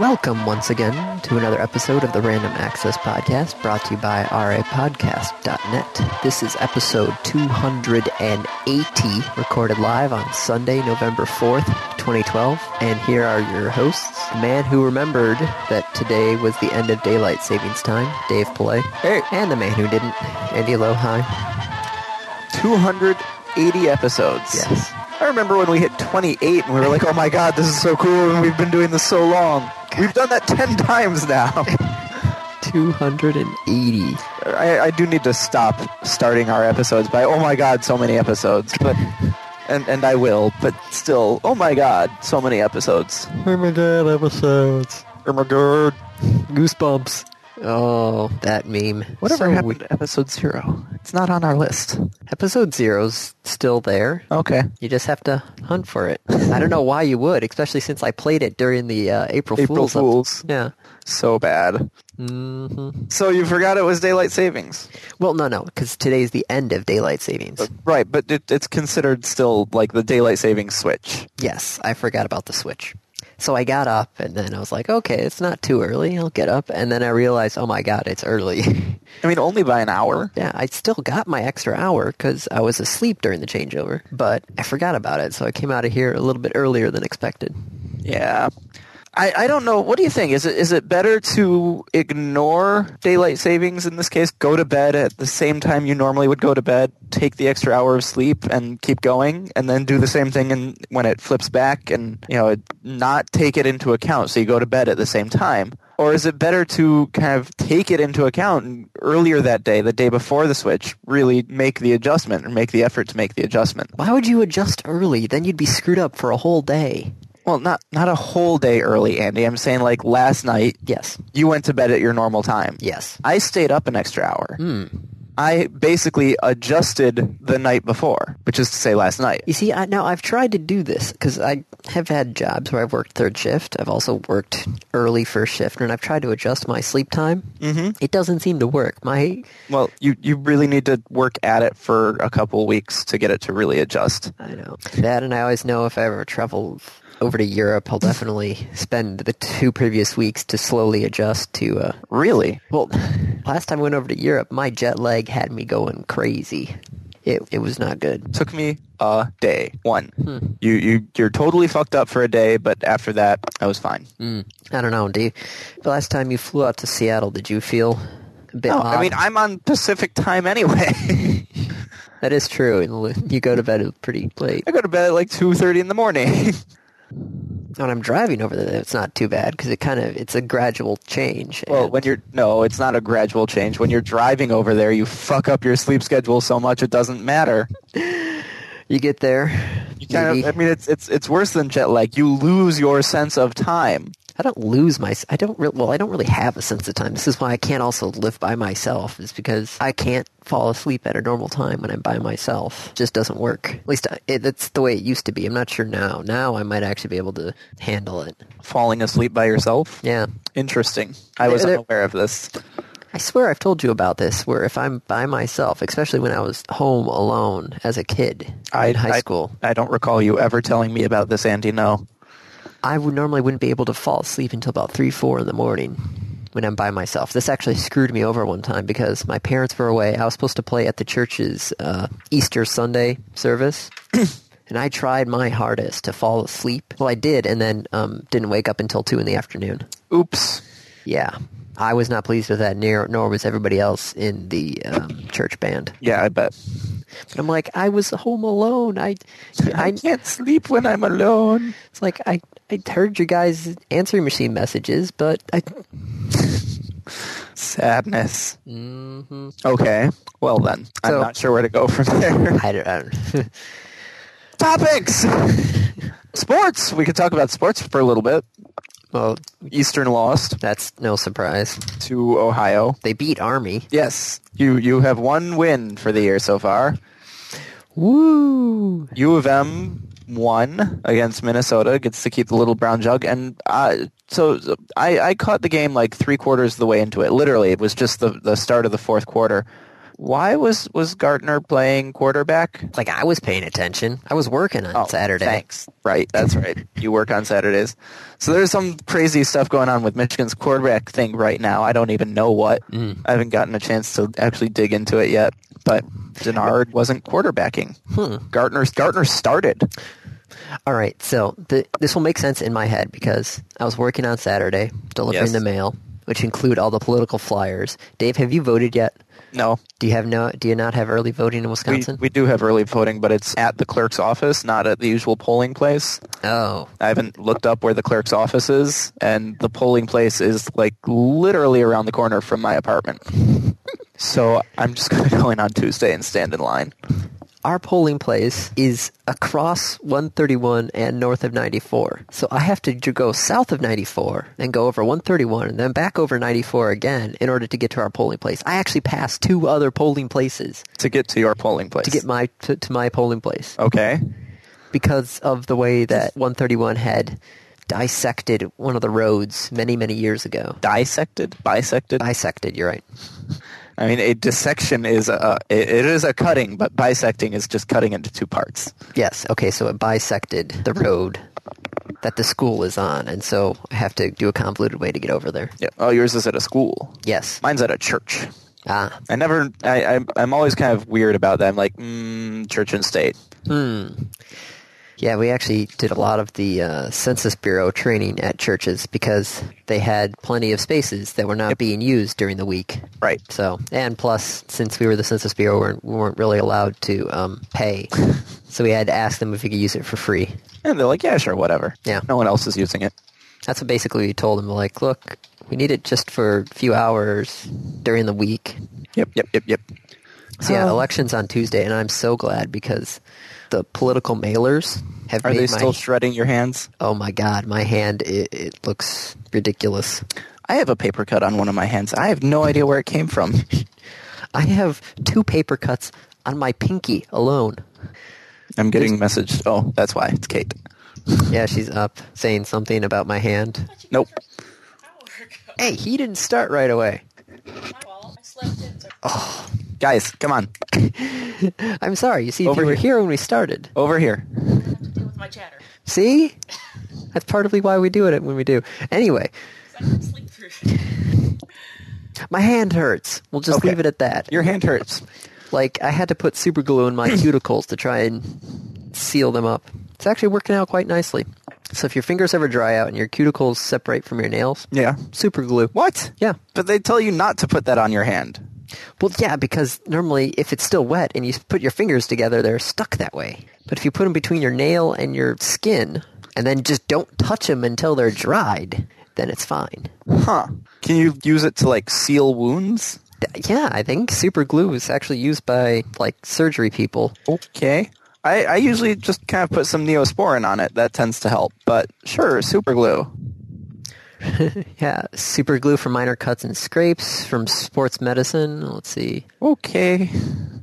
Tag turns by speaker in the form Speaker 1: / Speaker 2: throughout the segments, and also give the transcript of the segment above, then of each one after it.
Speaker 1: Welcome once again to another episode of the Random Access Podcast brought to you by rapodcast.net. This is episode 280, recorded live on Sunday, November 4th, 2012. And here are your hosts, the man who remembered that today was the end of daylight savings time, Dave Pillay, and the man who didn't, Andy Lohai.
Speaker 2: 280 episodes.
Speaker 1: Yes.
Speaker 2: I remember when we hit 28 and we were like, oh my god, this is so cool and we've been doing this so long. We've done that 10 times now.
Speaker 1: 280.
Speaker 2: I, I do need to stop starting our episodes by, oh my god, so many episodes. But. And, and I will, but still, oh my god, so many episodes.
Speaker 1: Oh my god, episodes.
Speaker 2: Oh my god.
Speaker 1: Goosebumps. Oh, that meme.
Speaker 2: Whatever
Speaker 1: So
Speaker 2: happened
Speaker 1: we-
Speaker 2: to episode zero? It's not on our list.
Speaker 1: Episode zero's still there.
Speaker 2: Okay.
Speaker 1: You just have to hunt for it. I don't know why you would, especially since I played it during the uh, April,
Speaker 2: April
Speaker 1: Fool's.
Speaker 2: Fools.
Speaker 1: Yeah.
Speaker 2: So bad.
Speaker 1: hmm
Speaker 2: So you forgot it was daylight savings.
Speaker 1: Well, no, no, because today's the end of daylight savings.
Speaker 2: Right, but it, it's considered still like the daylight savings switch.
Speaker 1: Yes, I forgot about the switch. So I got up, and then I was like, okay, it's not too early. I'll get up, and then I realized, oh my god, it's early.
Speaker 2: I mean, only by an hour.
Speaker 1: Yeah, I still got my extra hour because I was asleep during the changeover, but I forgot about it, so I came out of here a little bit earlier than expected.
Speaker 2: Yeah. I, I don't know. What do you think? Is it is it better to ignore daylight savings in this case? Go to bed at the same time you normally would go to bed, take the extra hour of sleep, and keep going, and then do the same thing and when it flips back, and you know, not take it into account. So you go to bed at the same time. Or is it better to kind of take it into account and earlier that day, the day before the switch, really make the adjustment or make the effort to make the adjustment?
Speaker 1: Why would you adjust early? Then you'd be screwed up for a whole day.
Speaker 2: Well, not not a whole day early, Andy. I'm saying like last night
Speaker 1: Yes,
Speaker 2: you went to bed at your normal time.
Speaker 1: yes.
Speaker 2: I stayed up an extra hour.
Speaker 1: Hmm.
Speaker 2: I basically adjusted the night before, which is to say last night.
Speaker 1: You see, I, now I've tried to do this because I have had jobs where I've worked third shift. I've also worked early first shift, and I've tried to adjust my sleep time.
Speaker 2: Mm.
Speaker 1: Mm-hmm. It doesn't seem to work. My,
Speaker 2: Well, you, you really need to work at it for a couple weeks to get it to really adjust.
Speaker 1: I know that, and I always know if I ever travel over to Europe, I'll definitely spend the two previous weeks to slowly adjust to uh,
Speaker 2: Really?
Speaker 1: Well, last time I went over to Europe, my jet lag had me going crazy. It it was not good.
Speaker 2: Took me a day. One.
Speaker 1: Hmm.
Speaker 2: You you you're totally fucked up for a day, but after that I was fine.
Speaker 1: Hmm. I don't know, dude. The last time you flew out to Seattle, did you feel a bit
Speaker 2: No,
Speaker 1: odd?
Speaker 2: I mean I'm on Pacific time anyway.
Speaker 1: that is true. And you go to bed pretty late.
Speaker 2: I go to bed at like two thirty in the morning.
Speaker 1: When I'm driving over there, it's not too bad because it kind of it's a gradual change.
Speaker 2: Well,
Speaker 1: and-
Speaker 2: when you're no, it's not a gradual change. When you're driving over there, you fuck up your sleep schedule so much it doesn't matter.
Speaker 1: you get there,
Speaker 2: You kind
Speaker 1: maybe-
Speaker 2: of, I mean, it's it's it's worse than jet lag. You lose your sense of time.
Speaker 1: I don't lose my. I don't. Re- well, I don't really have a sense of time. This is why I can't also live by myself. Is because I can't fall asleep at a normal time when I'm by myself. It just doesn't work. At least I, it, that's the way it used to be. I'm not sure now. Now I might actually be able to handle it.
Speaker 2: Falling asleep by yourself.
Speaker 1: Yeah.
Speaker 2: Interesting. I was
Speaker 1: There- there-
Speaker 2: unaware of this.
Speaker 1: I swear I've told you about this. Where if I'm by myself, especially when I was home alone as a kid
Speaker 2: I-
Speaker 1: in high
Speaker 2: I-
Speaker 1: school,
Speaker 2: I don't recall you ever telling me about this, Andy. No.
Speaker 1: I would normally wouldn't be able to fall asleep until about three, four in the morning when I'm by myself. This actually screwed me over one time because my parents were away. I was supposed to play at the church's uh, Easter Sunday service. And I tried my hardest to fall asleep. Well, I did, and then um, didn't wake up until 2 in the afternoon.
Speaker 2: Oops.
Speaker 1: Yeah. I was not pleased with that, near, nor was everybody else in the um, church band.
Speaker 2: Yeah, I bet.
Speaker 1: But I'm like, I was home alone. I,
Speaker 2: I
Speaker 1: I,
Speaker 2: can't sleep when I'm alone.
Speaker 1: It's like I I heard your guys' answering machine messages, but I
Speaker 2: Sadness. Mm-hmm. Okay. Well then, I'm
Speaker 1: So-
Speaker 2: not sure where to go from there.
Speaker 1: I don't. I don't
Speaker 2: Topics. sports. We could talk about sports for a little bit.
Speaker 1: well,
Speaker 2: Eastern lost
Speaker 1: that's no surprise.
Speaker 2: to Ohio.
Speaker 1: They beat Army.
Speaker 2: Yes, you you have one win for the year so far.
Speaker 1: Woo!
Speaker 2: U of M won against Minnesota, gets to keep the little brown jug, and uh, so so I I caught the game like three quarters of the way into it. Literally, it was just the the start of the fourth quarter. Why was was Gartner playing quarterback?
Speaker 1: Like I was paying attention. I was working on Saturday.
Speaker 2: Oh, Thanks. Right, that's right. You work on Saturdays. So there's some crazy stuff going on with Michigan's quarterback thing right now. I don't even know what. I haven't gotten a chance to actually dig into it yet. But Denard wasn't quarterbacking. Gartner Gartner started.
Speaker 1: All right, so the, this will make sense in my head because I was working on Saturday delivering
Speaker 2: Yes.
Speaker 1: the mail, which include all the political flyers. Dave, have you voted yet?
Speaker 2: No,
Speaker 1: Do you have no? Do you not have early voting in
Speaker 2: we,
Speaker 1: Wisconsin?
Speaker 2: we do have early voting, but it's at the clerk's office, not at the usual polling place.
Speaker 1: oh,
Speaker 2: I haven't looked up where the clerk's office is, and the polling place is like literally around the corner from my apartment. So I'm just going to go in on Tuesday and stand in line.
Speaker 1: our polling place is across 131 and north of 94. So I have to j- go south of 94 and go over 131 and then back over 94 again in order to get to our polling place. I actually passed two other polling places
Speaker 2: to get to your polling place.
Speaker 1: to get my to, to my polling place
Speaker 2: okay.
Speaker 1: because of the way that 131 had dissected one of the roads many many years ago.
Speaker 2: Dissected, bisected.
Speaker 1: Bisected, you're right.
Speaker 2: I mean, a dissection is a it, it is a cutting, but bisecting is just cutting into two parts.
Speaker 1: Yes. Okay. So it bisected the road that the school is on, and so I have to do a convoluted way to get over there.
Speaker 2: Yeah. Oh, yours is at a school.
Speaker 1: Yes.
Speaker 2: Mine's at a church.
Speaker 1: Ah.
Speaker 2: I never. I, I I'm always kind of weird about that. I'm like, mm, church and state.
Speaker 1: Yeah, we actually did a lot of the uh, Census Bureau training at churches because they had plenty of spaces that were not being used during the week.
Speaker 2: Right.
Speaker 1: So, and plus, since we were the Census Bureau, we weren't, we weren't really allowed to um, pay. so we had to ask them if we could use it for free.
Speaker 2: And they're like, yeah, sure, whatever.
Speaker 1: Yeah.
Speaker 2: No one else is using it.
Speaker 1: That's what basically we told them, like, look, we need it just for a few hours during the week.
Speaker 2: Yep. Yep. Yep. Yep.
Speaker 1: So yeah,
Speaker 2: Oh.
Speaker 1: elections on Tuesday, and I'm so glad because the political mailers have
Speaker 2: Are
Speaker 1: made
Speaker 2: they
Speaker 1: my
Speaker 2: still shredding your hands?
Speaker 1: Oh my god, my hand, it, it looks ridiculous.
Speaker 2: I have a paper cut on one of my hands. I have no idea where it came from.
Speaker 1: I have two paper cuts on my pinky alone.
Speaker 2: I'm getting messaged. Oh, that's why it's Kate.
Speaker 1: Yeah, she's up saying something about my hand.
Speaker 2: Nope.
Speaker 1: Hey, he didn't start right away.
Speaker 2: Guys, come on.
Speaker 1: I'm sorry. You see, if
Speaker 2: Over
Speaker 1: you were
Speaker 2: here.
Speaker 1: here when we started.
Speaker 2: Over here.
Speaker 1: See? That's partly why we do it when we do. Anyway, my hand hurts. We'll just
Speaker 2: Okay.
Speaker 1: leave it at that.
Speaker 2: Your hand hurts.
Speaker 1: Like, I had to put super glue in my cuticles to try and seal them up. It's actually working out quite nicely. So if your fingers ever dry out and your cuticles separate from your nails,
Speaker 2: Yeah.
Speaker 1: super glue.
Speaker 2: What?
Speaker 1: Yeah.
Speaker 2: But they tell you not to put that on your hand.
Speaker 1: Well, yeah, because normally if it's still wet and you put your fingers together, they're stuck that way. But if you put them between your nail and your skin and then just don't touch them until they're dried, then it's fine.
Speaker 2: Huh. Can you use it to like seal wounds?
Speaker 1: Th- Yeah, I think super glue is actually used by like surgery people.
Speaker 2: Okay. I, I usually just kind of put some neosporin on it. That tends to help. But sure, super glue.
Speaker 1: Yeah, super glue for minor cuts and scrapes from sports medicine. Let's see.
Speaker 2: Okay.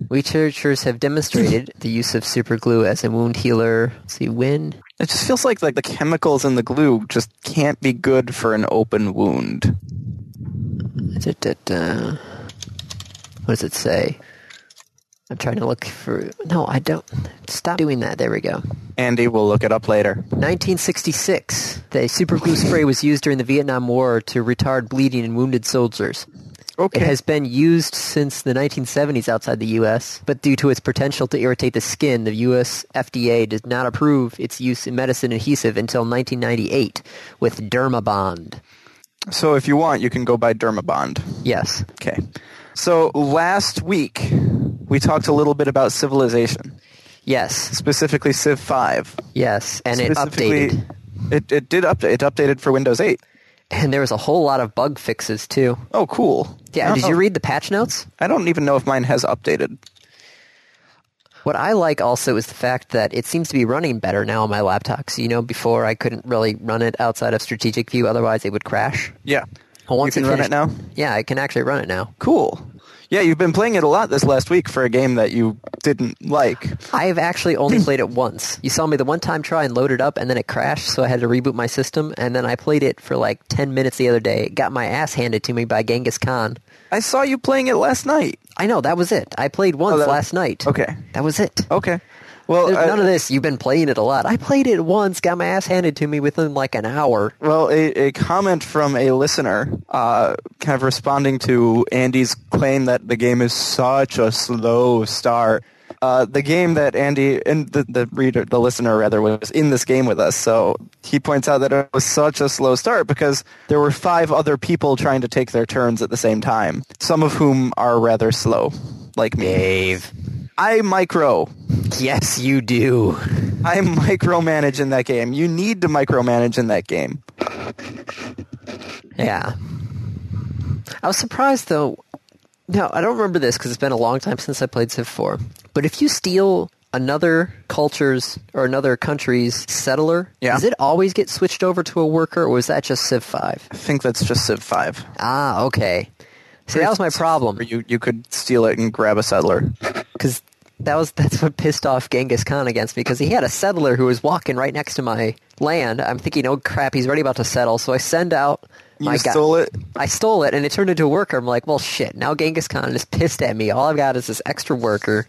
Speaker 1: Researchers have demonstrated the use of super glue as a wound healer. Let's see when
Speaker 2: It just feels like like the chemicals in the glue just can't be good for an open wound.
Speaker 1: Da-da-da. What does it say? I'm trying to look for. No, I don't. Stop doing that. There we go.
Speaker 2: Andy will look it up later.
Speaker 1: 1966. The superglue spray was used during the Vietnam War to retard bleeding in wounded soldiers. It
Speaker 2: Okay.
Speaker 1: has been used since the 1970s outside the U.S., but due to its potential to irritate the skin, the U.S. FDA does not approve its use in medicine adhesive until 1998 with Dermabond.
Speaker 2: so if you want, you can go buy Dermabond.
Speaker 1: Yes.
Speaker 2: Okay. So last week we talked a little bit about civilization,
Speaker 1: Yes.
Speaker 2: specifically Civ 5.
Speaker 1: Yes. And it
Speaker 2: specifically,
Speaker 1: updated.
Speaker 2: It, it did update. It updated for Windows 8.
Speaker 1: And there was a whole lot of bug fixes too.
Speaker 2: Oh, cool. I
Speaker 1: Yeah,
Speaker 2: don't
Speaker 1: did
Speaker 2: know-
Speaker 1: you read the patch notes?
Speaker 2: I don't even know if mine has updated.
Speaker 1: What I like also is the fact that it seems to be running better now on my laptop. So, you know, before I couldn't really run it outside of strategic view, otherwise it would crash.
Speaker 2: Yeah.
Speaker 1: Well, once
Speaker 2: you can run
Speaker 1: finished-
Speaker 2: it now.
Speaker 1: Yeah, I can actually run it now.
Speaker 2: Cool. Yeah, you've been playing it a lot this last week for a game that you didn't like.
Speaker 1: I have actually only played it once. You saw me the one time try and load it up, and then it crashed, so I had to reboot my system. And then I played it for like ten minutes the other day. It got my ass handed to me by Genghis Khan.
Speaker 2: I saw you playing it last night.
Speaker 1: I know that was it. I played once
Speaker 2: Oh, that-
Speaker 1: last night.
Speaker 2: Okay.
Speaker 1: that was it.
Speaker 2: Okay. Well,
Speaker 1: There's
Speaker 2: I-
Speaker 1: none of this. You've been playing it a lot. I played it once, got my ass handed to me within like an hour.
Speaker 2: Well, a, a comment from a listener, uh, kind of responding to Andy's claim that the game is such a slow start. Uh, the game that Andy and the, the reader, the listener rather, was in this game with us. So he points out that it was such a slow start because there were five other people trying to take their turns at the same time, some of whom are rather slow, like me.
Speaker 1: Dave.
Speaker 2: I micro.
Speaker 1: Yes, you do.
Speaker 2: I micromanage in that game. You need to micromanage in that game.
Speaker 1: Yeah. I was surprised though. No, I don't remember this because it's been a long time since I played Civ 4. But if you steal another culture's or another country's settler,
Speaker 2: Yeah.
Speaker 1: does it always get switched over to a worker or is that just Civ 5?
Speaker 2: I think that's just Civ 5.
Speaker 1: Ah, okay. See, that was my problem
Speaker 2: Or you, you could steal it and grab a settler.
Speaker 1: because that was that's what pissed off Genghis Khan against me because he had a settler who was walking right next to my land. I'm thinking, oh crap, he's already about to settle. So I send out my
Speaker 2: you
Speaker 1: guy-
Speaker 2: stole it.
Speaker 1: I stole it and it turned into a worker. I'm like, well, shit. Now Genghis Khan is pissed at me. All I've got is this extra worker.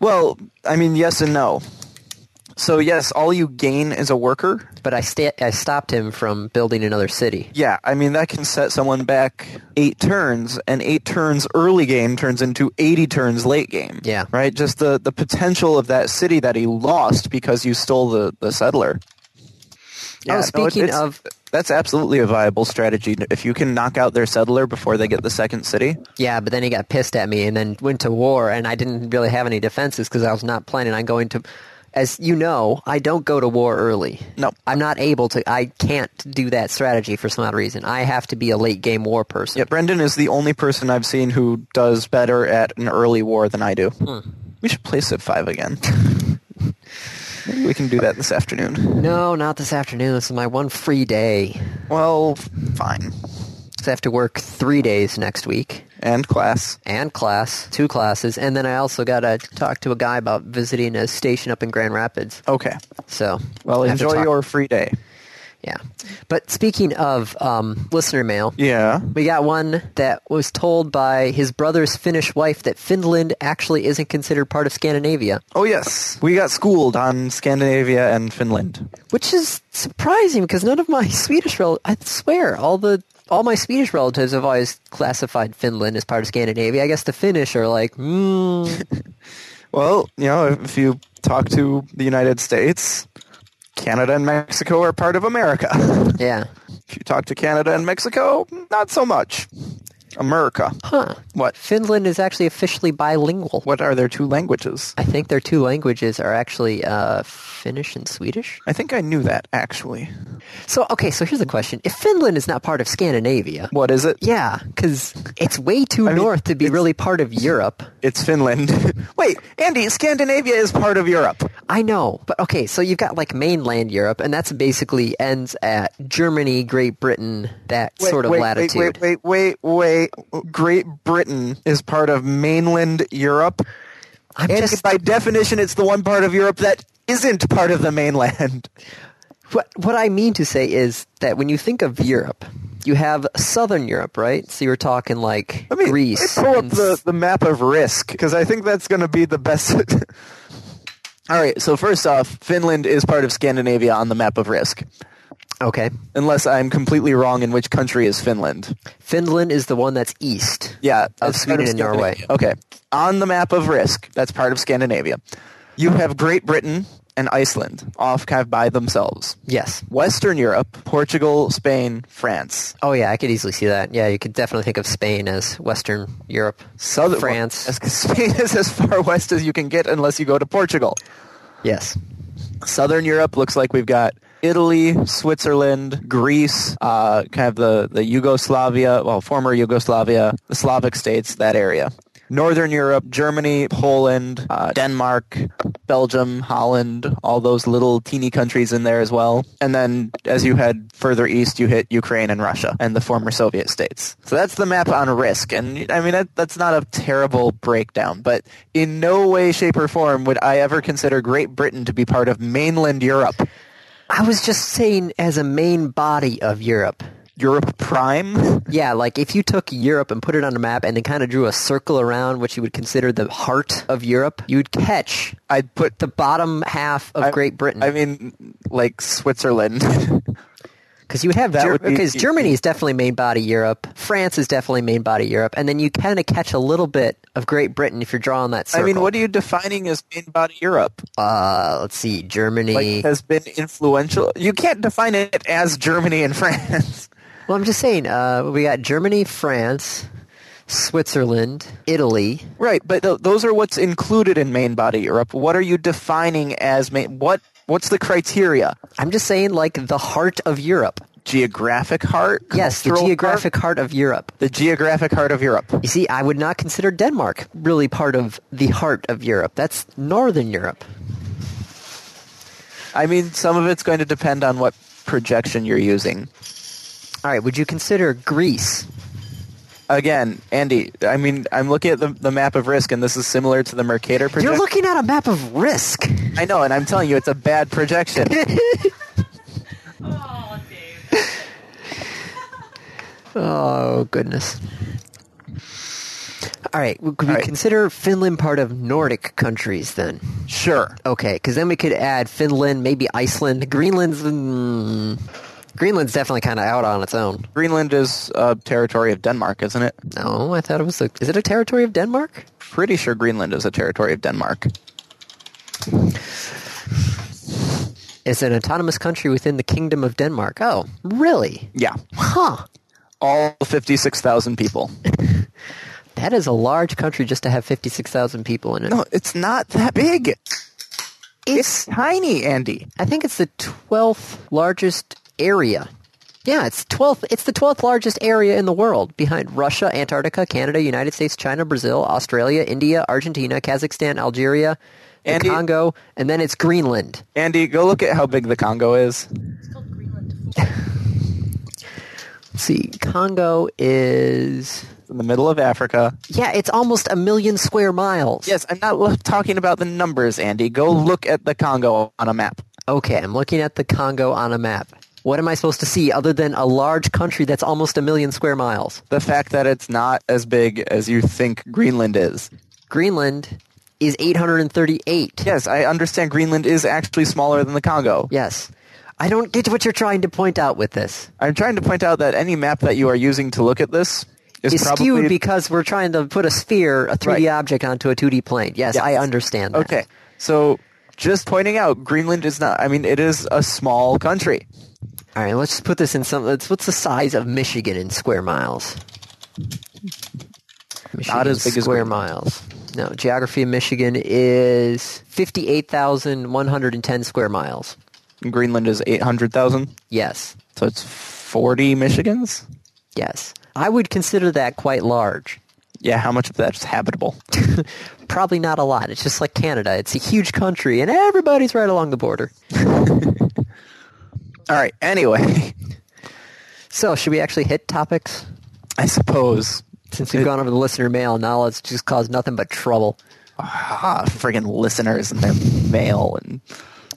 Speaker 2: Well, I mean, yes and no. So yes, all you gain is a worker.
Speaker 1: But I sta- I stopped him from building another city.
Speaker 2: Yeah, I mean that can set someone back eight turns, and eight turns early game turns into eighty turns late game.
Speaker 1: Yeah.
Speaker 2: right. Just the the potential of that city that he lost because you stole the the settler.
Speaker 1: Oh,
Speaker 2: no,
Speaker 1: speaking
Speaker 2: it's-
Speaker 1: of-
Speaker 2: that's absolutely a viable strategy. If you can knock out their settler before they get the second city,
Speaker 1: Yeah, but then he got pissed at me and then went to war, and I didn't really have any defenses because I was not planning on going to. As you know, I don't go to war early.
Speaker 2: No.
Speaker 1: I'm not able to. I can't do that strategy for some odd reason. I have to be a late game war person.
Speaker 2: Yeah, Brendan is the only person I've seen who does better at an early war than I do.
Speaker 1: Hmm.
Speaker 2: We should play Civ 5 again. Maybe we can do that this afternoon.
Speaker 1: No, not this afternoon. This is my one free day.
Speaker 2: Well, fine.
Speaker 1: 'Cause I have to work three days next week
Speaker 2: And class.
Speaker 1: and class, two classes, and then I also got to talk to a guy about visiting a station up in Grand Rapids.
Speaker 2: Okay.
Speaker 1: So,
Speaker 2: Well,
Speaker 1: I have to
Speaker 2: enjoy
Speaker 1: talk-
Speaker 2: your free day.
Speaker 1: yeah. But speaking of um, listener mail,
Speaker 2: Yeah.
Speaker 1: We got one that was told by his brother's Finnish wife that Finland actually isn't considered part of Scandinavia,
Speaker 2: Oh, yes. We got schooled on Scandinavia and Finland.
Speaker 1: which is surprising because none of my Swedish rel I swear all the all my Swedish relatives have always classified Finland as part of Scandinavia. I guess the Finnish are like, hmm,
Speaker 2: Well, you know, if you talk to the United States, Canada and Mexico are part of America.
Speaker 1: yeah.
Speaker 2: If you talk to Canada and Mexico, not so much. America.
Speaker 1: Huh.
Speaker 2: What?
Speaker 1: Finland is actually officially bilingual.
Speaker 2: What are their two languages?
Speaker 1: I think their two languages are actually uh, Finnish and Swedish.
Speaker 2: I think I knew that actually.
Speaker 1: So, okay, so here's a question. If Finland is not part of Scandinavia,
Speaker 2: What is it?
Speaker 1: Yeah, because it's way too
Speaker 2: mean,
Speaker 1: north to be really part of Europe.
Speaker 2: It's Finland. Wait, Andy, Scandinavia is part of Europe.
Speaker 1: I know, but okay, so you've got like mainland Europe, and that's basically ends at Germany, Great Britain, that
Speaker 2: Wait,
Speaker 1: sort of
Speaker 2: wait,
Speaker 1: latitude.
Speaker 2: Wait, wait, wait, wait, wait. Great Britain is part of mainland Europe.
Speaker 1: I'm
Speaker 2: And
Speaker 1: just
Speaker 2: by definition, it's the one part of Europe that isn't part of the mainland.
Speaker 1: what what I mean to say is that when you think of Europe, you have Southern Europe, right? So you're talking like
Speaker 2: Let me,
Speaker 1: Greece.
Speaker 2: let me pull up
Speaker 1: and
Speaker 2: the, the map of risk because I think that's going to be the best. All right, so first off, Finland is part of Scandinavia on the map of risk.
Speaker 1: s- okay,
Speaker 2: Unless I'm completely wrong in which country is Finland.
Speaker 1: Finland is the one that's east.
Speaker 2: Yeah,
Speaker 1: Of
Speaker 2: that's part
Speaker 1: Sweden and Norway.
Speaker 2: Scandinavia. Okay, on the map of risk, that's part of Scandinavia. You have Great Britain and Iceland off kind of by themselves.
Speaker 1: Yes.
Speaker 2: Western Europe, Portugal, Spain, France,
Speaker 1: Oh yeah, I could easily see that. Yeah, you could definitely think of Spain as Western Europe.
Speaker 2: Southern
Speaker 1: France.
Speaker 2: As- Spain is as far west as you can get unless you go to Portugal.
Speaker 1: Yes.
Speaker 2: Southern Europe looks like we've got Italy, Switzerland, Greece, uh, kind of the, the Yugoslavia, well, former Yugoslavia, the Slavic states, that area. Northern Europe, Germany, Poland, uh, Denmark, Belgium, Holland, all those little teeny countries in there as well. And then as you head further east, you hit Ukraine and Russia and the former Soviet states. So that's the map on risk. And I mean, that, that's not a terrible breakdown, but in no way, shape, or form would I ever consider Great Britain to be part of mainland Europe.
Speaker 1: I was just saying, as a main body of Europe.
Speaker 2: Europe Prime?
Speaker 1: Yeah, like if you took Europe and put it on a map and then kind of drew a circle around what you would consider the heart of Europe, you would catch
Speaker 2: I'd put
Speaker 1: the bottom half of
Speaker 2: I-
Speaker 1: Great Britain.
Speaker 2: I mean, like Switzerland.
Speaker 1: Because you would have
Speaker 2: That
Speaker 1: Ger-
Speaker 2: would be-
Speaker 1: because Germany is definitely main body Europe, France is definitely main body Europe, and then you kind of catch a little bit of Great Britain if you're drawing that
Speaker 2: I
Speaker 1: circle.
Speaker 2: mean, what are you defining as main body Europe?
Speaker 1: Uh, let's see, Germany.
Speaker 2: Like, uh, has been influential. You can't define it as Germany and France.
Speaker 1: well, I'm just saying, uh, we got Germany, France, Switzerland, Italy.
Speaker 2: Right, but th- those are what's included in main body Europe. What are you defining as main? What what's the criteria?
Speaker 1: I'm just saying, like the heart of Europe.
Speaker 2: Geographic heart?
Speaker 1: Yes, the
Speaker 2: Cultural
Speaker 1: geographic
Speaker 2: heart?
Speaker 1: heart of Europe.
Speaker 2: The geographic heart of Europe.
Speaker 1: You see, I would not consider Denmark really part of the heart of Europe. That's northern Europe.
Speaker 2: I mean, some of it's going to depend on what projection you're using.
Speaker 1: All right, would you consider Greece?
Speaker 2: Again, Andy, I mean, I'm looking at the, the map of risk, and this is similar to the Mercator projection.
Speaker 1: You're looking at a map of risk.
Speaker 2: I know, and I'm telling you, it's a bad projection.
Speaker 3: Oh, Dave.
Speaker 1: Oh goodness. All right, w- could we
Speaker 2: All right.
Speaker 1: consider Finland part of Nordic countries then?
Speaker 2: sure.
Speaker 1: Okay, because then we could add Finland, maybe Iceland, Greenland's. Mm, Greenland's definitely kind of out on its own.
Speaker 2: Greenland is a territory of Denmark, isn't it?
Speaker 1: No, I thought it was. A, is it a territory of Denmark?
Speaker 2: Pretty sure Greenland is a territory of Denmark.
Speaker 1: It's an autonomous country within the Kingdom of Denmark. Oh, really?
Speaker 2: Yeah.
Speaker 1: Huh.
Speaker 2: All 56,000 people.
Speaker 1: That is a large country just to have fifty-six thousand people in it.
Speaker 2: No, it's not that big.
Speaker 1: it's.
Speaker 2: Tiny, Andy.
Speaker 1: I think it's the twelfth largest area. Yeah, it's twelfth. It's the twelfth largest area in the world, behind Russia, Antarctica, Canada, United States, China, Brazil, Australia, India, Argentina, Kazakhstan, Algeria, the
Speaker 2: Andy-
Speaker 1: Congo, and then it's Greenland.
Speaker 2: Andy, go look at how big the Congo is.
Speaker 3: It's called Greenland.
Speaker 1: Let's see, Congo is
Speaker 2: It's in the middle of Africa.
Speaker 1: yeah, it's almost a million square miles.
Speaker 2: Yes, I'm not lo- talking about the numbers, Andy. Go look at the Congo on a map.
Speaker 1: Okay, I'm looking at the Congo on a map. What am I supposed to see other than a large country that's almost a million square miles?
Speaker 2: The fact that it's not as big as you think Greenland is.
Speaker 1: Greenland is 838.
Speaker 2: Yes, I understand Greenland is actually smaller than the Congo.
Speaker 1: Yes. I don't get what you're trying to point out with this.
Speaker 2: I'm trying to point out that any map that you are using to look at this is
Speaker 1: It's
Speaker 2: probably
Speaker 1: skewed because we're trying to put a sphere, a 3D
Speaker 2: Right.
Speaker 1: object, onto a 2D plane. Yes,
Speaker 2: Yes.
Speaker 1: I understand that.
Speaker 2: Okay. So just pointing out Greenland is not I mean it is a small country.
Speaker 1: All right, let's just put this in some. Let's, what's the size of Michigan in square miles? Michigan
Speaker 2: as big as
Speaker 1: square
Speaker 2: Greenland.
Speaker 1: miles. No, geography of Michigan is 58,110 square miles.
Speaker 2: Greenland is 800,000.
Speaker 1: Yes.
Speaker 2: So it's 40 Michigans?
Speaker 1: Yes. I would consider that quite large.
Speaker 2: Yeah, how much of that's habitable?
Speaker 1: Probably not a lot. It's just like Canada. It's a huge country and everybody's right along the border.
Speaker 2: All right. Anyway,
Speaker 1: So, should we actually hit topics?
Speaker 2: I suppose
Speaker 1: Since we've gone over the listener mail, now let's just cause nothing but trouble.
Speaker 2: ah, friggin' listeners and their mail and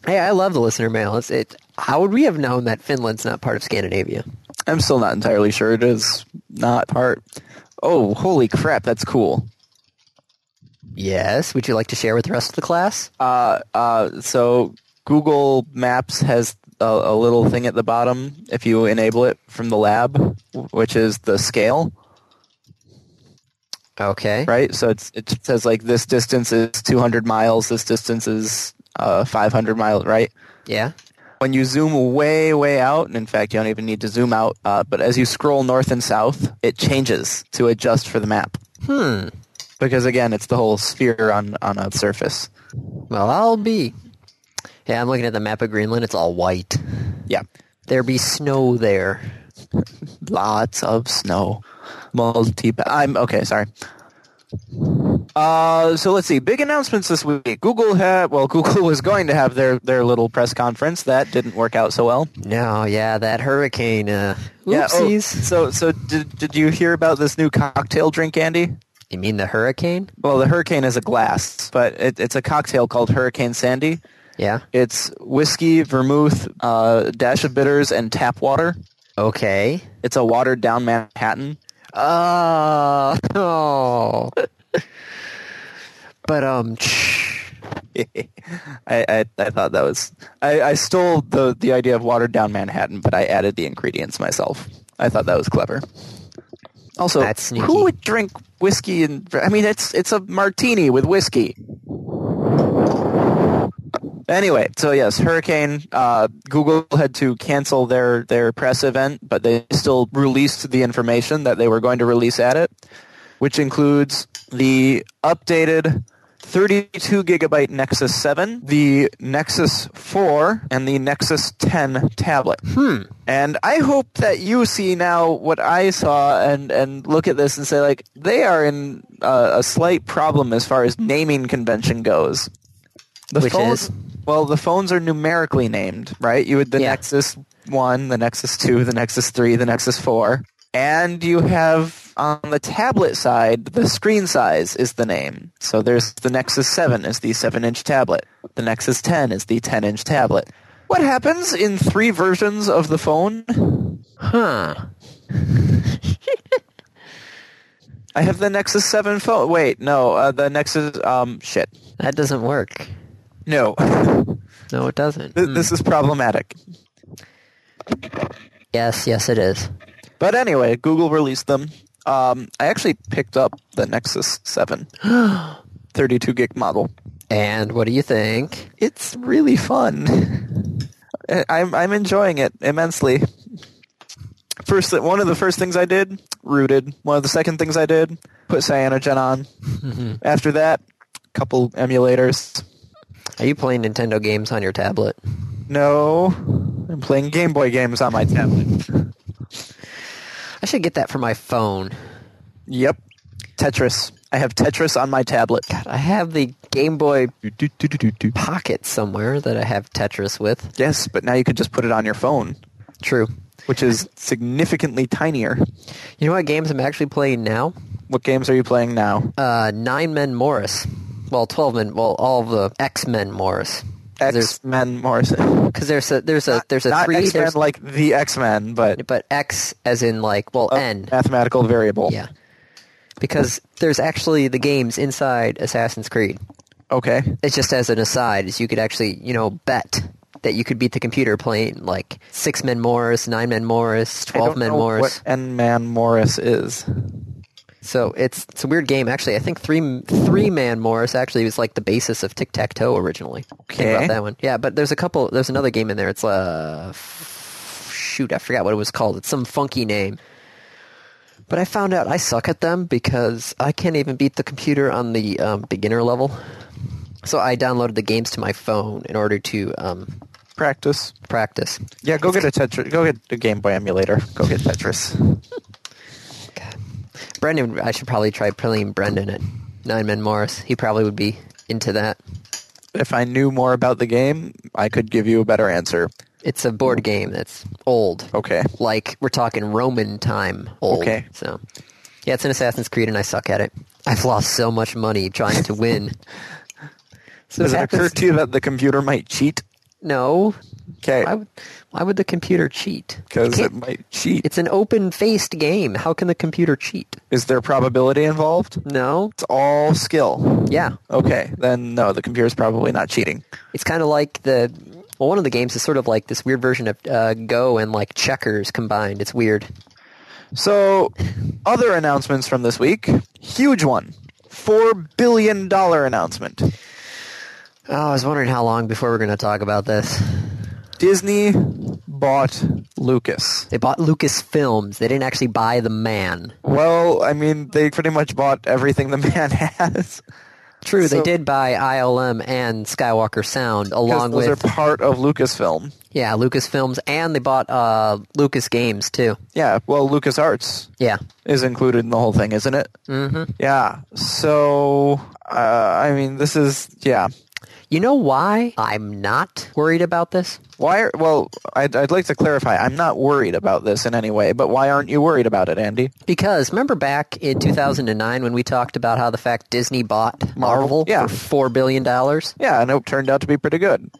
Speaker 1: Hey, I love the listener mail. It's, it, how would we have known that Finland's not part of Scandinavia?
Speaker 2: I'm still not entirely sure it is not part. Oh, holy crap, that's cool.
Speaker 1: Yes. Would you like to share with the rest of the class?
Speaker 2: Uh, uh, so Google Maps has a, a little thing at the bottom if you enable it from the lab, which is the scale,
Speaker 1: Okay.
Speaker 2: right? So it's, it says like this distance is 200 miles, this distance is uh, 500 miles, right?
Speaker 1: Yeah.
Speaker 2: When you zoom way, way out, and in fact, you don't even need to zoom out, uh, but as you scroll north and south, it changes to adjust for the map. Hmm. Because again, it's the whole sphere on, on a surface.
Speaker 1: Well, I'll be. Yeah, I'm looking at the map of Greenland. It's all white.
Speaker 2: Yeah.
Speaker 1: There be snow there.
Speaker 2: Lots of snow. Multi. I'm okay. Sorry. Uh, so let's see. Big announcements this week. Google had well, Google was going to have their their little press conference. That didn't work out so well.
Speaker 1: No, yeah, that hurricane. Uh,
Speaker 2: Yeah, oh,
Speaker 1: oopsies.
Speaker 2: so so did did you hear about this new cocktail drink, Andy?
Speaker 1: You mean the hurricane?
Speaker 2: Well, the Hurricane is a glass, but it, it's a cocktail called Hurricane Sandy.
Speaker 1: Yeah.
Speaker 2: It's whiskey, vermouth, uh, dash of bitters, and tap water.
Speaker 1: Okay.
Speaker 2: It's a watered down Manhattan.
Speaker 1: Uh, oh. but um,
Speaker 2: I, I I thought that was I, I stole the the idea of watered down Manhattan, but I added the ingredients myself. I thought that was clever. Also,
Speaker 1: That's sneaky.
Speaker 2: who would drink whiskey and I mean it's it's a martini with whiskey. Anyway, so yes, Hurricane. Uh, Google had to cancel their their press event, but they still released the information that they were going to release at it, which includes the updated 32 gigabyte Nexus 7, the Nexus 4, and the Nexus 10 tablet. Hmm. And I hope that you see now what I saw and and look at this and say like they are in uh, a slight problem as far as naming convention goes. The
Speaker 1: Which
Speaker 2: phone-
Speaker 1: is?
Speaker 2: well, the phones are numerically named, right? You would the
Speaker 1: Yeah.
Speaker 2: Nexus One, the Nexus Two, the Nexus Three, the Nexus Four, and you have on the tablet side, the screen size is the name. So there's the Nexus Seven is the seven-inch tablet. The Nexus Ten is the ten-inch tablet. What happens in three versions of the phone?
Speaker 1: huh?
Speaker 2: I have the Nexus Seven phone. Wait, no, uh, the Nexus. Um, shit.
Speaker 1: That doesn't work.
Speaker 2: No,
Speaker 1: No, it doesn't. Hmm.
Speaker 2: Th- this is problematic.
Speaker 1: Yes, yes, it is.
Speaker 2: But anyway, Google released them. Um, I actually picked up the Nexus 7 32 gig model.
Speaker 1: And what do you think?
Speaker 2: It's really fun. I- I'm, I'm enjoying it immensely. First, th- one of the first things I did, rooted. One of the second things I did, put Cyanogen on. After that, couple emulators.
Speaker 1: Are you playing Nintendo games on your tablet?
Speaker 2: No, I'm playing Game Boy games on my tablet.
Speaker 1: I should get that for my phone.
Speaker 2: Yep, Tetris. I have Tetris on my tablet.
Speaker 1: I have the Game Boy Pocket somewhere that I have Tetris with.
Speaker 2: Yes, but now you could just put it on your phone,
Speaker 1: True.
Speaker 2: which is significantly tinier.
Speaker 1: You know what games I'm actually playing now?
Speaker 2: What games are you playing now?
Speaker 1: Uh, Nine Men Morris. Well, Twelve Men. Well, all the X Men Morris.
Speaker 2: X Men Morrison.
Speaker 1: Because there's a there's a there's a
Speaker 2: Not
Speaker 1: three
Speaker 2: X Men
Speaker 1: there's-
Speaker 2: like the X Men, but
Speaker 1: but X as in like well
Speaker 2: a
Speaker 1: N
Speaker 2: mathematical variable.
Speaker 1: yeah because there's actually the games inside Assassin's Creed.
Speaker 2: Okay.
Speaker 1: It's just as an aside is you could actually you know bet that you could beat the computer playing like six men Morris, nine men Morris,
Speaker 2: I
Speaker 1: twelve
Speaker 2: don't
Speaker 1: men
Speaker 2: know
Speaker 1: Morris.
Speaker 2: What N Man Morris is.
Speaker 1: So it's it's a weird game actually. I think three three man Morris actually was like the basis of tic tac toe originally. Think
Speaker 2: Okay.
Speaker 1: about that one. Yeah, but there's a couple. There's another game in there. It's uh, f- shoot, I forgot what it was called. It's some funky name. But I found out I suck at them because I can't even beat the computer on the um, beginner level. So I downloaded the games to my phone in order to um,
Speaker 2: Practice.
Speaker 1: practice.
Speaker 2: Yeah, go get a Tetris. Go get a Game Boy emulator. Go get Tetris.
Speaker 1: Brendan, I should probably try playing Brendan at Nine Men Morris. He probably would be into that.
Speaker 2: if I knew more about the game, I could give you a better answer.
Speaker 1: It's a board game that's old.
Speaker 2: Okay.
Speaker 1: Like we're talking Roman time old.
Speaker 2: Oh. Okay.
Speaker 1: So yeah, it's an Assassin's Creed and I suck at it. I've lost so much money trying to win. so
Speaker 2: Does
Speaker 1: it
Speaker 2: it occur
Speaker 1: happens,
Speaker 2: to you that the computer might cheat?
Speaker 1: no.
Speaker 2: Okay.
Speaker 1: Why would, why would the computer cheat? You
Speaker 2: Because it
Speaker 1: can't-
Speaker 2: might cheat.
Speaker 1: it's an open-faced game. How can the computer cheat?
Speaker 2: Is there probability involved?
Speaker 1: No.
Speaker 2: It's all skill.
Speaker 1: Yeah.
Speaker 2: Okay, then no, the computer's probably not cheating.
Speaker 1: It's kind of like the well, one of the games is sort of like this weird version of uh, Go and like checkers combined. It's weird.
Speaker 2: So, other announcements from this week. Huge one. $4 billion announcement.
Speaker 1: Oh, I was wondering how long before we're going to talk about this.
Speaker 2: Disney bought Lucas.
Speaker 1: They bought Lucas Films. They didn't actually buy the man.
Speaker 2: Well, I mean, they pretty much bought everything the man has.
Speaker 1: True, they
Speaker 2: So-
Speaker 1: did buy ILM and Skywalker Sound
Speaker 2: Because
Speaker 1: along
Speaker 2: those
Speaker 1: with
Speaker 2: are part of Lucasfilm.
Speaker 1: Yeah, Lucasfilms, and they bought uh, Lucas Games too.
Speaker 2: Yeah, well, LucasArts
Speaker 1: Yeah,
Speaker 2: is included in the whole thing, isn't it? Mm-hmm. Yeah. So, uh, I mean, this is yeah.
Speaker 1: you know why I'm not worried about this?
Speaker 2: Why? Are, well, I'd, I'd like to clarify. I'm not worried about this in any way, but why aren't you worried about it, Andy?
Speaker 1: Because remember back in 2009 when we talked about how the fact Disney bought Marvel,
Speaker 2: Marvel, yeah.
Speaker 1: for four billion dollars?
Speaker 2: Yeah, and it turned out to be pretty good.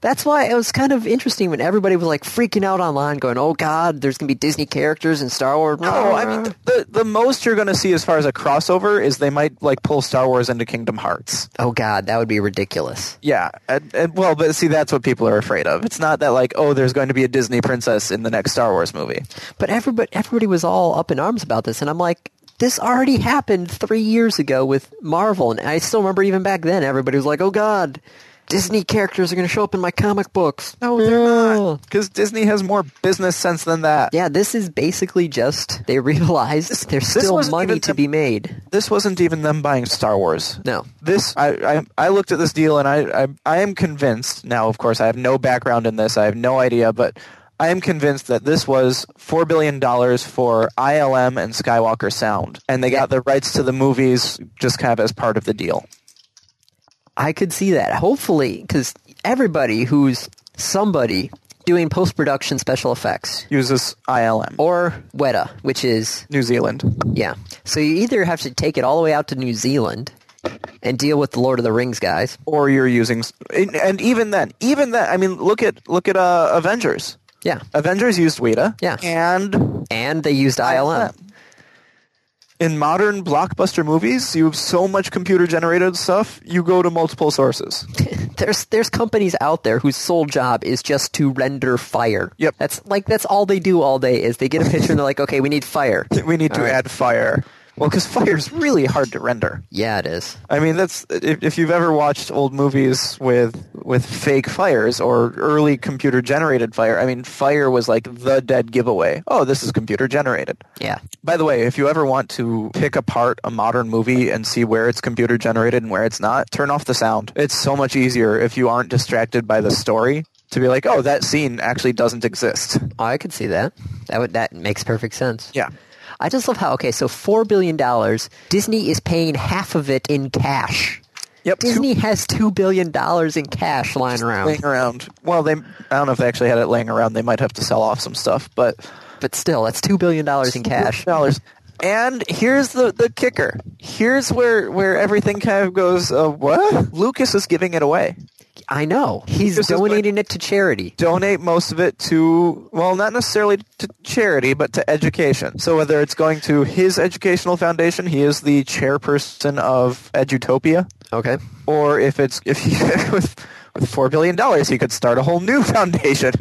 Speaker 1: That's why it was kind of interesting when everybody was like freaking out online, going, "Oh God, there's gonna be Disney characters in Star Wars."
Speaker 2: No, Oh, I
Speaker 1: Uh,
Speaker 2: mean the the most you're going to see as far as a crossover is they might like pull Star Wars into Kingdom Hearts.
Speaker 1: oh God, that would be ridiculous.
Speaker 2: Yeah, and, and, well, but see, that's what people are afraid of. It's not that like oh, there's going to be a Disney princess in the next Star Wars movie.
Speaker 1: But everybody, everybody was all up in arms about this, and I'm like, this already happened three years ago with Marvel, and I still remember even back then, everybody was like, oh God, Disney characters are going to show up in my comic books.
Speaker 2: No, they're not, because Disney has more business sense than that.
Speaker 1: Yeah, this is basically just they realized there's
Speaker 2: this
Speaker 1: still
Speaker 2: wasn't
Speaker 1: money
Speaker 2: even
Speaker 1: to
Speaker 2: the-
Speaker 1: be made.
Speaker 2: This wasn't even them buying Star Wars.
Speaker 1: No.
Speaker 2: This I, I I looked at this deal and I, I I am convinced now. Of course, I have no background in this. I have no idea, but I am convinced that this was four billion dollars for ILM and Skywalker Sound, and they got the rights to the movies just kind of as part of the deal.
Speaker 1: I could see that. Hopefully, because everybody who's somebody doing post production special effects
Speaker 2: Uses ILM
Speaker 1: or Weta, which is
Speaker 2: New Zealand.
Speaker 1: yeah. So you either have to take it all the way out to New Zealand and deal with the Lord of the Rings guys.
Speaker 2: or you're using s- and and even then even then i mean look at look at uh, avengers
Speaker 1: Yeah.
Speaker 2: avengers used weta
Speaker 1: Yeah.
Speaker 2: and
Speaker 1: And they used ILM.
Speaker 2: in modern blockbuster movies you have so much computer generated stuff you go to multiple sources
Speaker 1: There's there's companies out there whose sole job is just to render fire.
Speaker 2: Yep.
Speaker 1: That's like that's all they do all day is they get a picture and they're like, okay, we need fire.
Speaker 2: we need to
Speaker 1: All right.
Speaker 2: add fire well because fire's really hard to render
Speaker 1: Yeah, it is.
Speaker 2: I mean, that's if, if you've ever watched old movies with with fake fires or early computer generated fire. I mean, fire was like the dead giveaway. Oh, this is computer generated.
Speaker 1: Yeah.
Speaker 2: By the way, if you ever want to pick apart a modern movie and see where it's computer generated and where it's not, turn off the sound. It's so much easier if you aren't distracted by the story to be like, "Oh, that scene actually doesn't exist."
Speaker 1: Oh, I could see that. That would that makes perfect sense.
Speaker 2: Yeah.
Speaker 1: I just love how okay, so four billion dollars. Disney is paying half of it in cash.
Speaker 2: Yep. two
Speaker 1: Disney has two billion dollars in cash lying around,
Speaker 2: laying around. Well, they I don't know if they actually had it laying around. They might have to sell off some stuff, but
Speaker 1: but still, that's two billion dollars in cash.
Speaker 2: dollars. And here's the, the kicker. Here's where, where everything kind of goes, uh, what? Lucas is giving it away.
Speaker 1: I know he's
Speaker 2: This is what-
Speaker 1: donating it to charity.
Speaker 2: Donate most of it to, well, not necessarily to charity, but to education. So whether it's going to his educational foundation, he is the chairperson of Edutopia,
Speaker 1: Okay,
Speaker 2: or if it's, if he, with, with $4 billion, he could start a whole new foundation.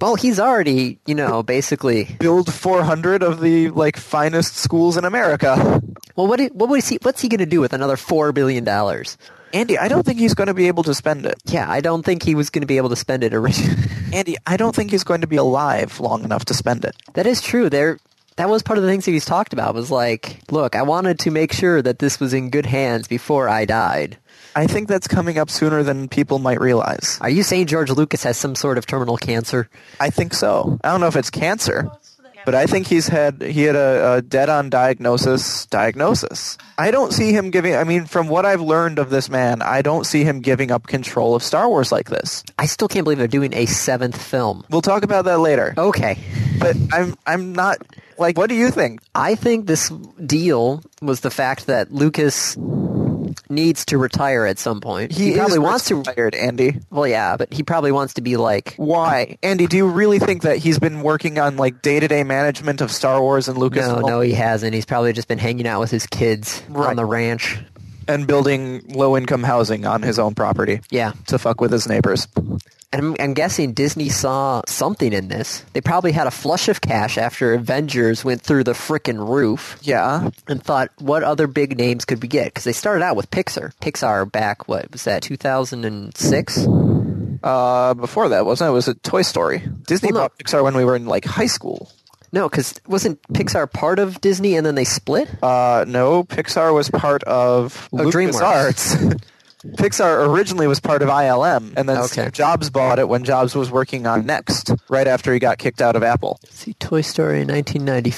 Speaker 1: well, he's already you know basically.
Speaker 2: Build 400 of the, like, finest schools in America.
Speaker 1: Well, what i- what was he? What's he going to do with another four billion dollars?
Speaker 2: Andy, I don't think he's going to be able to spend it.
Speaker 1: Yeah, I don't think he was going to be able to spend it originally.
Speaker 2: Andy, I don't think he's going to be alive long enough to spend it.
Speaker 1: That is true. There, that was part of the things that he's talked about. Was like, look, I wanted to make sure that this was in good hands before I died.
Speaker 2: I think that's coming up sooner than people might realize.
Speaker 1: Are you saying George Lucas has some sort of terminal cancer?
Speaker 2: I think so. I don't know if it's cancer, but I think he's had he had a, a dead-on diagnosis. Diagnosis. I don't see him giving. I mean, from what I've learned of this man, I don't see him giving up control of Star Wars like this.
Speaker 1: I still can't believe they're doing a seventh film.
Speaker 2: We'll talk about that later.
Speaker 1: Okay.
Speaker 2: But I'm I'm not like. What do you think?
Speaker 1: I think this deal was the fact that Lucas needs to retire at some point. He, probably wants to.
Speaker 2: retired, Andy.
Speaker 1: Well, yeah, but he probably wants to be like.
Speaker 2: Why, Andy? Do you really think that he's been working on like day-to-day management of Star Wars and Lucas?
Speaker 1: No, no, he hasn't. He's probably just been hanging out with his kids on
Speaker 2: Right.
Speaker 1: the ranch.
Speaker 2: and building low-income housing on his own property
Speaker 1: Yeah.
Speaker 2: to fuck with his neighbors.
Speaker 1: And I'm, I'm guessing Disney saw something in this. They probably had a flush of cash after Avengers went through the frickin' roof
Speaker 2: Yeah,
Speaker 1: and thought, what other big names could we get? Because they started out with Pixar. Pixar back, what was that, 2006?
Speaker 2: uh, before that wasn't it? Was it Toy Story? Disney
Speaker 1: Well, no.
Speaker 2: bought Pixar when we were in like high school.
Speaker 1: No, because wasn't Pixar part of Disney and then they split?
Speaker 2: Uh, no, Pixar was part of
Speaker 1: Oh, DreamWorks.
Speaker 2: LucasArts. Pixar originally was part of ILM, and then
Speaker 1: Okay.
Speaker 2: Steve Jobs bought it when Jobs was working on Next, right after he got kicked out of Apple.
Speaker 1: see, Toy Story in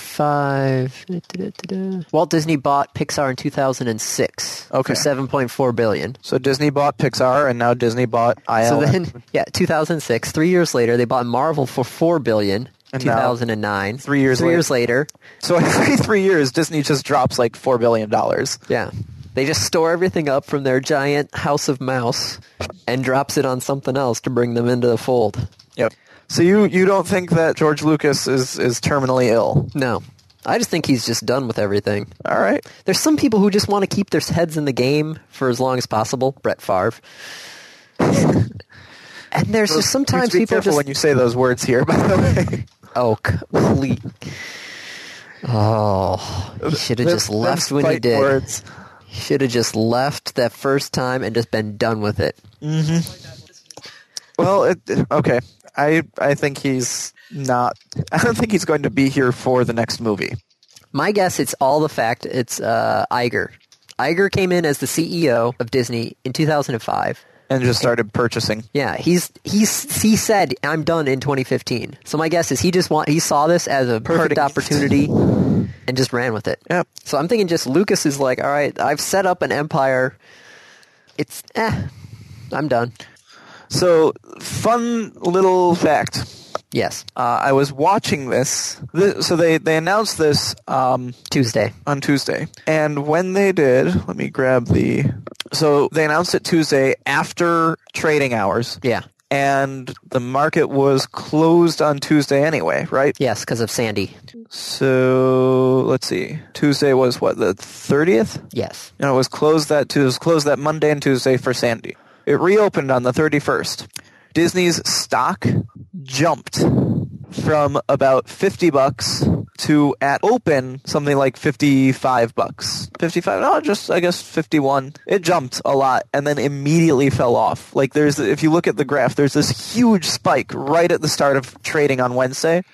Speaker 1: 1995. Walt Disney bought Pixar in 2006
Speaker 2: Okay.
Speaker 1: for 7.4 billion.
Speaker 2: So Disney bought Pixar, and now Disney bought ILM.
Speaker 1: So then, yeah, 2006. Three years later, they bought Marvel for four billion.
Speaker 2: And now-
Speaker 1: 2009.
Speaker 2: Three years
Speaker 1: three years later.
Speaker 2: So every three years, Disney just drops like four billion dollars.
Speaker 1: Yeah, they just store everything up from their giant house of mouse and drops it on something else to bring them into the fold.
Speaker 2: Yep. So you you don't think that George Lucas is is terminally ill?
Speaker 1: No, I just think he's just done with everything.
Speaker 2: All right.
Speaker 1: There's some people who just want to keep their heads in the game for as long as possible. Brett Favre. and there's just sometimes
Speaker 2: be
Speaker 1: people
Speaker 2: careful
Speaker 1: just
Speaker 2: when you say those words here. By the way,
Speaker 1: oh complete. Oh, he should have just
Speaker 2: Them
Speaker 1: left when he
Speaker 2: fight
Speaker 1: did.
Speaker 2: Words.
Speaker 1: Should have just left that first time and just been done with it.
Speaker 2: Well, it, okay. I I think he's not. I don't think he's going to be here for the next movie.
Speaker 1: My guess, it's all the fact it's uh, Iger. Iger came in as the CEO of Disney in 2005.
Speaker 2: And just started purchasing.
Speaker 1: Yeah, he's he's he said I'm done in 2015. So my guess is he just want he saw this as a perfect
Speaker 2: Parting.
Speaker 1: opportunity and just ran with it.
Speaker 2: Yep.
Speaker 1: So I'm thinking just Lucas is like, all right, I've set up an empire. It's eh, I'm done.
Speaker 2: So fun little fact.
Speaker 1: Yes,
Speaker 2: Uh, I was watching this. Th- so they they announced this um,
Speaker 1: Tuesday.
Speaker 2: on Tuesday. And when they did, let me grab the. So they announced it Tuesday after trading hours.
Speaker 1: Yeah.
Speaker 2: And the market was closed on Tuesday anyway, right?
Speaker 1: Yes, because of Sandy.
Speaker 2: So let's see. Tuesday was what the thirtieth.
Speaker 1: Yes.
Speaker 2: And it was closed that Tuesday, was closed that Monday and Tuesday for Sandy. It reopened on the 31st. Disney's stock jumped from about 50 bucks to at open something like 55 bucks. 55 no just I guess 51. It jumped a lot and then immediately fell off. Like there's if you look at the graph there's this huge spike right at the start of trading on Wednesday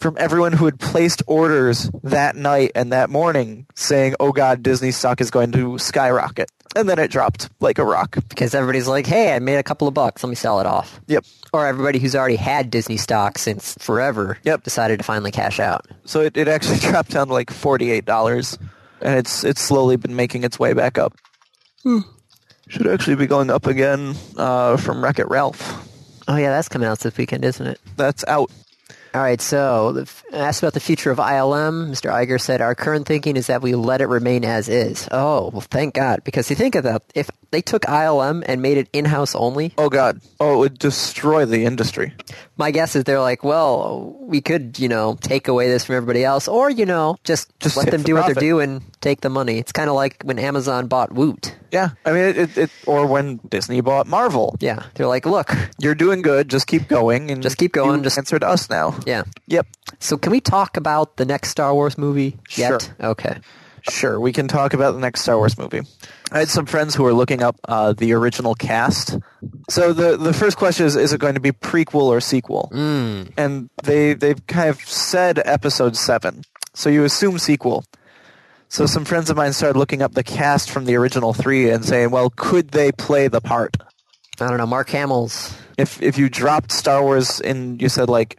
Speaker 2: from everyone who had placed orders that night and that morning saying, oh god, Disney stock is going to skyrocket. And then it dropped like a rock.
Speaker 1: Because everybody's like, hey, I made a couple of bucks. Let me sell it off.
Speaker 2: Yep.
Speaker 1: Or everybody who's already had Disney stock since forever
Speaker 2: Yep.
Speaker 1: decided to finally cash out.
Speaker 2: So it, it actually dropped down to like $48. And it's it's slowly been making its way back up.
Speaker 1: Hmm.
Speaker 2: Should actually be going up again uh, from Wreck It Ralph.
Speaker 1: Oh, yeah, that's coming out this weekend, isn't it?
Speaker 2: That's out.
Speaker 1: All right, so the f- asked about the future of ILM. Mr. Iger said, "Our current thinking is that we let it remain as is." Oh, well, thank God, because you think of that, if they took ILM and made it in-house only,
Speaker 2: Oh god. Oh, it would destroy the industry.
Speaker 1: my guess is they're like, "Well, we could, you know, take away this from everybody else, or you know, just
Speaker 2: Just
Speaker 1: let
Speaker 2: take
Speaker 1: them
Speaker 2: the
Speaker 1: do what
Speaker 2: profit."
Speaker 1: they're doing, take the money." It's kind of like when Amazon bought Woot.
Speaker 2: Yeah. I mean, it, it, it or when Disney bought Marvel.
Speaker 1: Yeah, they're like, "Look,
Speaker 2: You're doing good. Just keep going, and
Speaker 1: Just keep going,
Speaker 2: You
Speaker 1: just-
Speaker 2: answer to us now.
Speaker 1: yeah."
Speaker 2: Yep.
Speaker 1: So, can we talk about the next Star Wars movie yet?
Speaker 2: Sure.
Speaker 1: Okay.
Speaker 2: Sure, we can talk about the next Star Wars movie. I had some friends who were looking up uh, the original cast. So the the first question is: Is it going to be prequel or sequel? Mm. And they they've kind of said Episode Seven, so you assume sequel. So some friends of mine started looking up the cast from the original three and saying, "Well, could they play the part?"
Speaker 1: I don't know. Mark Hamill's
Speaker 2: if if you dropped Star Wars and you said like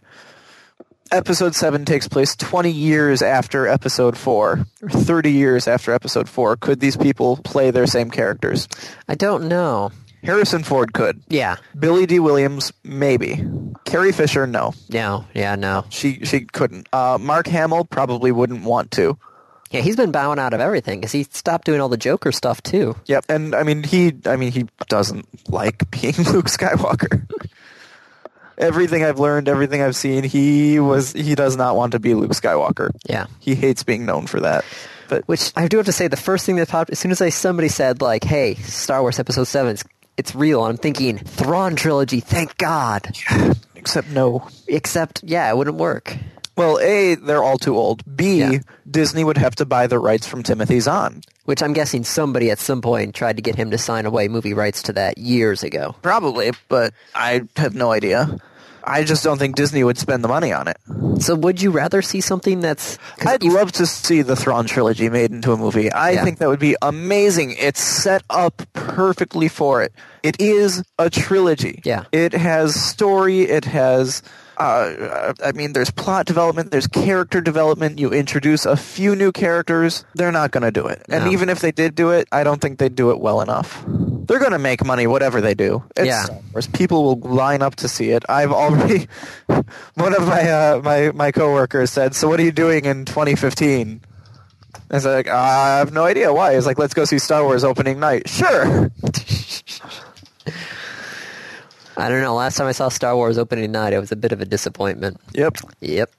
Speaker 2: episode 7 takes place 20 years after episode 4 or 30 years after episode 4 could these people play their same characters
Speaker 1: I don't know.
Speaker 2: harrison ford could
Speaker 1: Yeah.
Speaker 2: billy d williams maybe carrie fisher no
Speaker 1: No. Yeah. No.
Speaker 2: she she couldn't uh, mark hamill probably wouldn't want to
Speaker 1: Yeah, he's been bowing out of everything because he stopped doing all the Joker stuff too.
Speaker 2: yep and i mean he i mean he doesn't like being luke skywalker everything i've learned everything i've seen he was he does not want to be luke skywalker
Speaker 1: Yeah.
Speaker 2: he hates being known for that. But
Speaker 1: Which I do have to say, the first thing that popped as soon as I somebody said like, "Hey, Star Wars Episode Seven, it's, it's real," and I'm thinking Thrawn trilogy. Thank God.
Speaker 2: except no.
Speaker 1: Except, yeah, it wouldn't work.
Speaker 2: Well, A, they're all too old. B,
Speaker 1: Yeah.
Speaker 2: Disney would have to buy the rights from Timothy Zahn.
Speaker 1: Which I'm guessing somebody at some point tried to get him to sign away movie rights to that years ago.
Speaker 2: Probably, but I have no idea. I just don't think Disney would spend the money on it.
Speaker 1: So would you rather see something that's? 'cause
Speaker 2: I'd
Speaker 1: if-
Speaker 2: love to see the Thrawn trilogy made into a movie. I
Speaker 1: Yeah.
Speaker 2: think that would be amazing. It's set up perfectly for it. It is a trilogy.
Speaker 1: Yeah.
Speaker 2: It has story. It has. Uh, I mean, there's plot development. There's character development. You introduce a few new characters. They're not going to do it. And
Speaker 1: No.
Speaker 2: even if they did do it, I don't think they'd do it well enough. They're going to make money, whatever they do. It's
Speaker 1: Yeah.
Speaker 2: Star Wars. People will line up to see it. I've already one of my uh, my my coworkers said, "So what are you doing in 2015?" I was like, "I have no idea why." He's like, "Let's go see Star Wars opening night." Sure.
Speaker 1: I don't know. Last time I saw Star Wars opening night, it was a bit of a disappointment.
Speaker 2: Yep.
Speaker 1: Yep.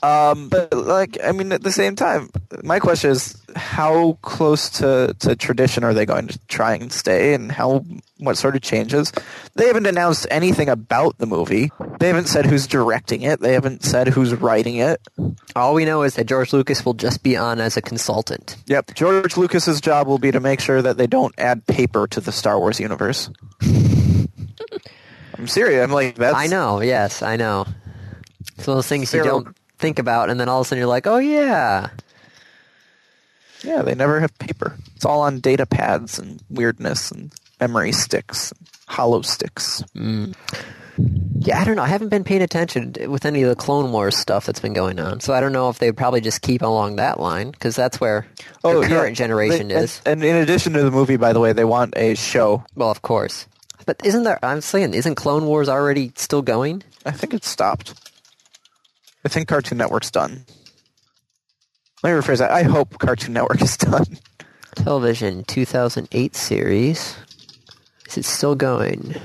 Speaker 2: Um, but like, I mean, at the same time, my question is, how close to, to tradition are they going to try and stay, and how what sort of changes? They haven't announced anything about the movie. They haven't said who's directing it. They haven't said who's writing it.
Speaker 1: All we know is that George Lucas will just be on as a consultant.
Speaker 2: Yep, George Lucas's job will be to make sure that they don't add paper to the Star Wars universe. I'm serious. I'm like, that's
Speaker 1: I know. Yes, I know. It's one of those things you
Speaker 2: Zero.
Speaker 1: don't think about, and then all of a sudden you're like, "Oh yeah,
Speaker 2: Yeah, they never have paper. It's all on data pads and weirdness and memory sticks, and hollow sticks.
Speaker 1: yeah." I don't know. I haven't been paying attention with any of the Clone Wars stuff that's been going on, so I don't know if they would probably just keep along that line because that's where the
Speaker 2: Oh, yeah.
Speaker 1: current generation
Speaker 2: They- and-
Speaker 1: is.
Speaker 2: And, in addition to the movie, by the way, they want a show.
Speaker 1: Well, of course. But isn't there? I'm saying, isn't Clone Wars already still going?
Speaker 2: I think it stopped. I think Cartoon Network's done. Let me rephrase that. I hope Cartoon Network is done.
Speaker 1: Television 2008 series. Is it still going?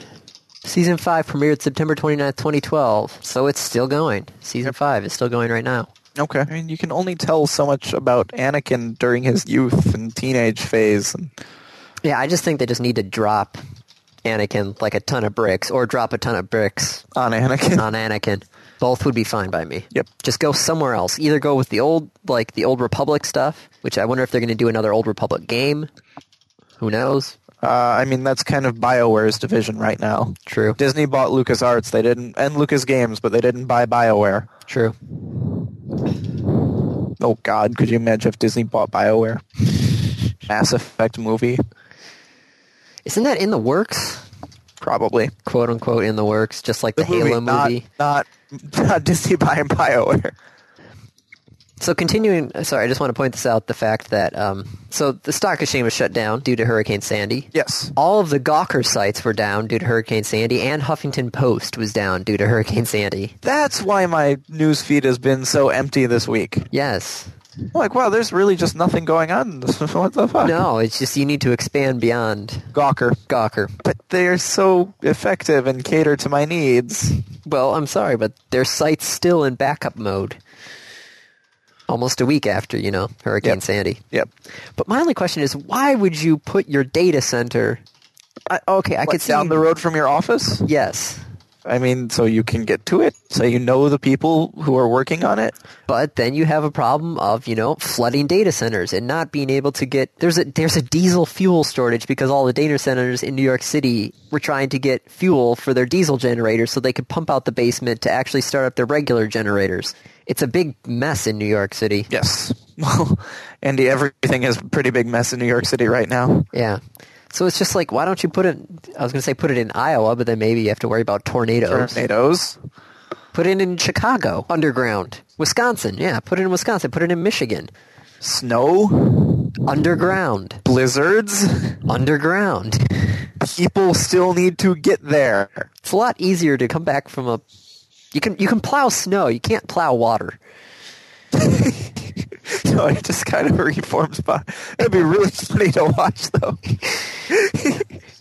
Speaker 1: Season 5 premiered September 29th, 2012. So it's still going. Season 5 is still going right now.
Speaker 2: Okay. I mean, you can only tell so much about Anakin during his youth and teenage phase. And
Speaker 1: Yeah, I just think they just need to drop Anakin like a ton of bricks or drop a ton of bricks
Speaker 2: on Anakin.
Speaker 1: on Anakin. Both would be fine by me.
Speaker 2: Yep.
Speaker 1: Just go somewhere else. Either go with the old like the old Republic stuff, which I wonder if they're going to do another old Republic game. Who knows?
Speaker 2: Uh, I mean, that's kind of BioWare's division right now.
Speaker 1: True.
Speaker 2: Disney bought LucasArts. They didn't, and Lucas Games, but they didn't buy BioWare.
Speaker 1: True.
Speaker 2: Oh God, could you imagine if Disney bought BioWare? Mass Effect movie,
Speaker 1: Isn't that in the works?
Speaker 2: probably.
Speaker 1: quote unquote in the works, just like the, Halo
Speaker 2: not-
Speaker 1: movie.
Speaker 2: Not, not, Disney buying BioWare.
Speaker 1: So continuing, sorry, I just want to point this out: the fact that um, so the stock exchange was shut down due to Hurricane Sandy.
Speaker 2: Yes.
Speaker 1: All of the Gawker sites were down due to Hurricane Sandy, and Huffington Post was down due to Hurricane Sandy.
Speaker 2: That's why my news feed has been so empty this week.
Speaker 1: Yes.
Speaker 2: I'm like, wow, there's really just nothing going on. what the fuck?
Speaker 1: No, it's just you need to expand beyond
Speaker 2: Gawker.
Speaker 1: Gawker.
Speaker 2: But they're so effective and cater to my needs.
Speaker 1: Well, I'm sorry, but their site's still in backup mode. Almost a week after, you know, Hurricane
Speaker 2: Yep.
Speaker 1: Sandy.
Speaker 2: Yep.
Speaker 1: But my only question is, why would you put your data center? I, okay, I
Speaker 2: What,
Speaker 1: could see
Speaker 2: down the road from your office.
Speaker 1: Yes,
Speaker 2: I mean, so you can get to it, so you know the people who are working on it.
Speaker 1: but then you have a problem of you know flooding data centers and not being able to get there's a there's a diesel fuel shortage because all the data centers in New York City were trying to get fuel for their diesel generators so they could pump out the basement to actually start up their regular generators. It's a big mess in New York City.
Speaker 2: Yes. Well, Andy, everything is a pretty big mess in New York City right now.
Speaker 1: Yeah. So it's just like, why don't you put it? I was going to say put it in Iowa, but then maybe you have to worry about tornadoes.
Speaker 2: Tornadoes.
Speaker 1: Put it in Chicago underground, Wisconsin. Yeah, put it in Wisconsin. Put it in Michigan
Speaker 2: Snow.
Speaker 1: underground.
Speaker 2: Blizzards.
Speaker 1: underground.
Speaker 2: People still need to get there.
Speaker 1: It's a lot easier to come back from a. You can you can plow snow. You can't plow water.
Speaker 2: No, it just kind of reforms by. It'd be really funny to watch, though.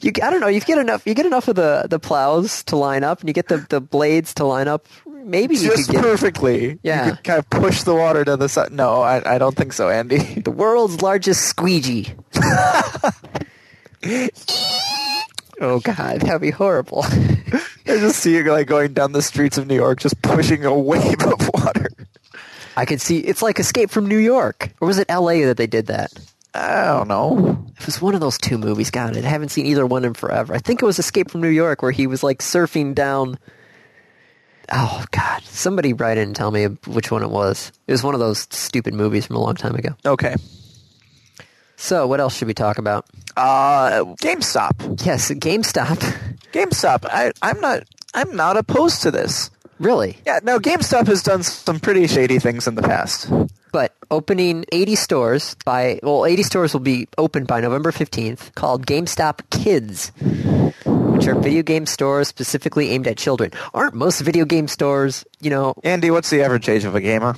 Speaker 1: You I don't know. You get enough. You get enough of the the plows to line up, and you get the the blades to line up. Maybe you
Speaker 2: Just
Speaker 1: could get
Speaker 2: perfectly.
Speaker 1: Yeah.
Speaker 2: You could kind of push the water to the side. No, I, I don't think so, Andy.
Speaker 1: the world's largest squeegee. oh God, that'd be horrible.
Speaker 2: I just see you like going down the streets of New York, just pushing a wave of water.
Speaker 1: I could see. It's like Escape from New York, or was it L.A. that they did that?
Speaker 2: I don't know.
Speaker 1: It was one of those two movies. God, I haven't seen either one in forever. I think it was Escape from New York, where he was like surfing down. oh god, somebody write in and tell me which one it was. It was one of those stupid movies from a long time ago.
Speaker 2: Okay.
Speaker 1: So, what else should we talk about?
Speaker 2: Uh, GameStop.
Speaker 1: Yes, GameStop.
Speaker 2: GameStop. I, I'm not. I'm not opposed to this.
Speaker 1: really?
Speaker 2: Yeah. Now, GameStop has done some pretty shady things in the past.
Speaker 1: But opening 80 stores by, well, 80 stores will be open by November 15th called GameStop Kids, which are video game stores specifically aimed at children. Aren't most video game stores, you know,
Speaker 2: Andy, what's the average age of a gamer?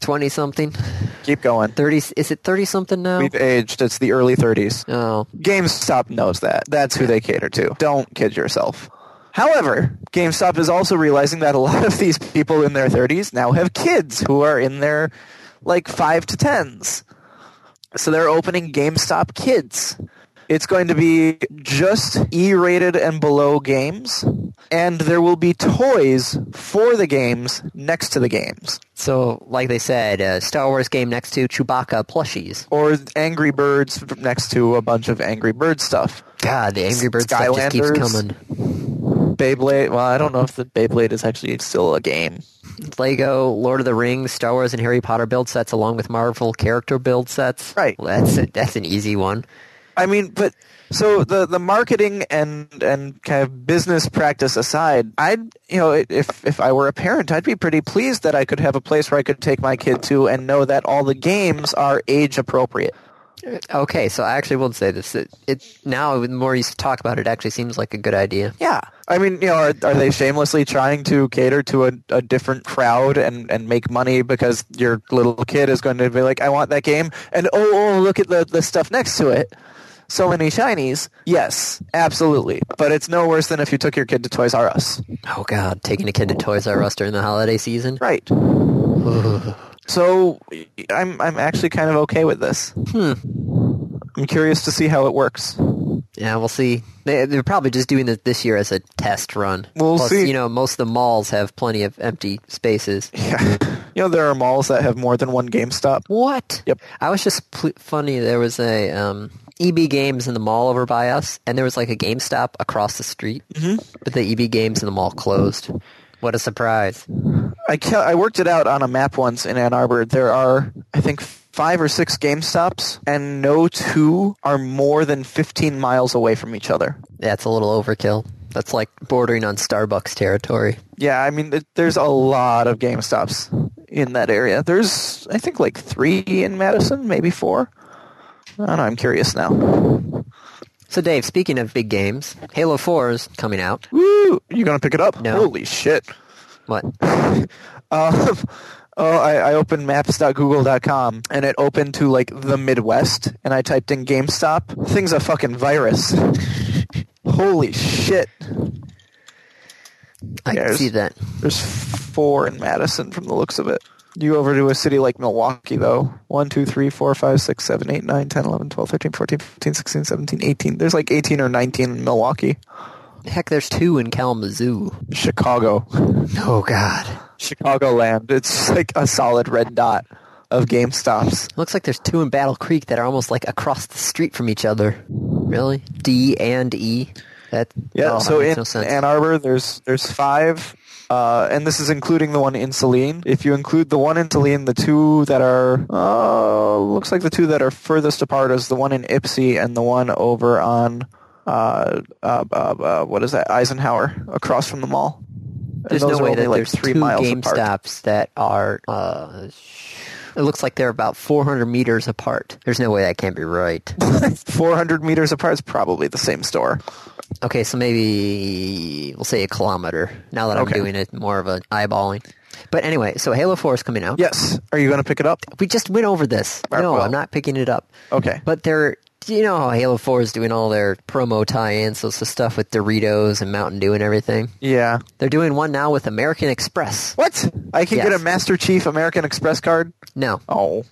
Speaker 1: 20 something?
Speaker 2: Keep going.
Speaker 1: 30, is it 30 something now?
Speaker 2: We've aged. It's the early 30s.
Speaker 1: oh,
Speaker 2: GameStop knows that. That's who they cater to. Don't kid yourself. However, GameStop is also realizing that a lot of these people in their 30s now have kids who are in their like 5 to 10s. So they're opening GameStop Kids. It's going to be just E rated and below games, and there will be toys for the games next to the games.
Speaker 1: so like they said, uh, Star Wars game next to Chewbacca plushies.
Speaker 2: Or Angry Birds next to a bunch of Angry Bird stuff.
Speaker 1: God, the Angry Birds stuff just keeps
Speaker 2: Skylanders.
Speaker 1: coming.
Speaker 2: Beyblade. Well, I don't know if the Beyblade is actually still a game.
Speaker 1: Lego, Lord of the Rings, Star Wars, and Harry Potter build sets, along with Marvel character build sets.
Speaker 2: Right.
Speaker 1: Well, that's a, that's an easy one.
Speaker 2: I mean, but so the the marketing and and kind of business practice aside, I'd you know if if I were a parent, I'd be pretty pleased that I could have a place where I could take my kid to and know that all the games are age appropriate.
Speaker 1: Okay, so I actually will say this. It, it now the more you talk about it, it actually seems like a good idea.
Speaker 2: Yeah. I mean, you know, are, are they shamelessly trying to cater to a, a different crowd and, and make money because your little kid is going to be like, I want that game, and oh, oh look at the, the stuff next to it. So many shinies. Yes, absolutely. But it's no worse than if you took your kid to Toys R Us.
Speaker 1: Oh God, taking a kid to Toys R Us during the holiday season.
Speaker 2: Right. so I'm, I'm actually kind of okay with this.
Speaker 1: Hmm.
Speaker 2: I'm curious to see how it works.
Speaker 1: Yeah, we'll see. They, they're probably just doing it this year as a test run.
Speaker 2: We'll
Speaker 1: Plus,
Speaker 2: see.
Speaker 1: You know, most of the malls have plenty of empty spaces.
Speaker 2: Yeah. You know, there are malls that have more than one GameStop.
Speaker 1: What?
Speaker 2: Yep.
Speaker 1: I was just pl- funny. There was a um, EB Games in the mall over by us, and there was like a GameStop across the street. Mm-hmm. But the EB Games in the mall closed. What a surprise!
Speaker 2: I ca- I worked it out on a map once in Ann Arbor. There are I think five or six GameStops, and no two are more than 15 miles away from each other.
Speaker 1: That's a little overkill. That's like bordering on Starbucks territory.
Speaker 2: Yeah, I mean, th- there's a lot of GameStops in that area. There's I think like three in Madison, maybe four. I don't know. I'm curious now.
Speaker 1: So, Dave, speaking of big games, Halo 4 is coming out.
Speaker 2: Woo! You gonna pick it up?
Speaker 1: No.
Speaker 2: Holy shit!
Speaker 1: What?
Speaker 2: Um, oh, I, I opened maps.google.com and it opened to like the Midwest, and I typed in GameStop. Thing's a fucking virus. Holy shit!
Speaker 1: I can
Speaker 2: Yes.
Speaker 1: see that.
Speaker 2: There's four in Madison from the looks of it. You over to a city like Milwaukee, though. 1, 2, 3, 4, 5, 6, 7, 8, 9, 10, 11, 12, 13, 14, 15, 16, 17, 18. There's like 18 or 19 in Milwaukee.
Speaker 1: Heck, there's two in Kalamazoo.
Speaker 2: Chicago.
Speaker 1: Oh, God.
Speaker 2: Chicagoland. It's like a solid red dot of GameStops.
Speaker 1: Looks like there's two in Battle Creek that are almost like across the street from each other. Really? D and E? That
Speaker 2: Yeah,
Speaker 1: oh, that
Speaker 2: so
Speaker 1: makes
Speaker 2: in
Speaker 1: no sense.
Speaker 2: Ann Arbor, there's there's five, uh, and this is including the one in Saline. If you include the one in Saline, the two that are uh, looks like the two that are furthest apart is the one in Ipsy and the one over on uh, uh, uh, uh, what is that Eisenhower across from the mall. And
Speaker 1: there's
Speaker 2: those
Speaker 1: no
Speaker 2: are
Speaker 1: way
Speaker 2: only
Speaker 1: that
Speaker 2: like
Speaker 1: there's
Speaker 2: three
Speaker 1: two
Speaker 2: miles
Speaker 1: Game
Speaker 2: apart.
Speaker 1: Stops that are. Uh, it looks like they're about 400 meters apart. There's no way that can't be right.
Speaker 2: 400 meters apart is probably the same store.
Speaker 1: Okay, so maybe we'll say a kilometer. Now that I'm
Speaker 2: Okay.
Speaker 1: doing it more of an eyeballing. But anyway, so Halo 4 is coming out.
Speaker 2: Yes. Are you going to pick it up?
Speaker 1: We just went over this.
Speaker 2: Alright,
Speaker 1: no,
Speaker 2: well.
Speaker 1: I'm not picking it up.
Speaker 2: Okay.
Speaker 1: But they're, you know how Halo 4 is doing all their promo tie-ins, so it's the stuff with Doritos and Mountain Dew and everything.
Speaker 2: Yeah.
Speaker 1: They're doing one now with American Express.
Speaker 2: What? I can
Speaker 1: Yes.
Speaker 2: get a Master Chief American Express card?
Speaker 1: No.
Speaker 2: Oh.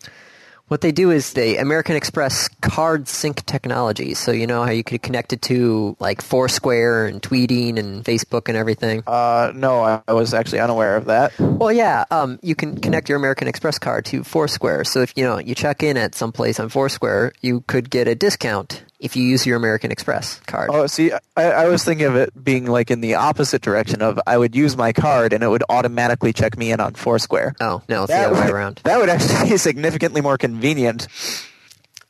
Speaker 1: What they do is they American Express card sync technology. So you know how you could connect it to like Foursquare and tweeting and Facebook and everything.
Speaker 2: Uh, no, I, I was actually unaware of that.
Speaker 1: Well, yeah, um, you can connect your American Express card to Foursquare. So if you know you check in at some place on Foursquare, you could get a discount if you use your American Express card.
Speaker 2: Oh, see, I, I was thinking of it being like in the opposite direction of I would use my card and it would automatically check me in on Foursquare.
Speaker 1: Oh, no, it's the other
Speaker 2: would,
Speaker 1: way around.
Speaker 2: That would actually be significantly more convenient.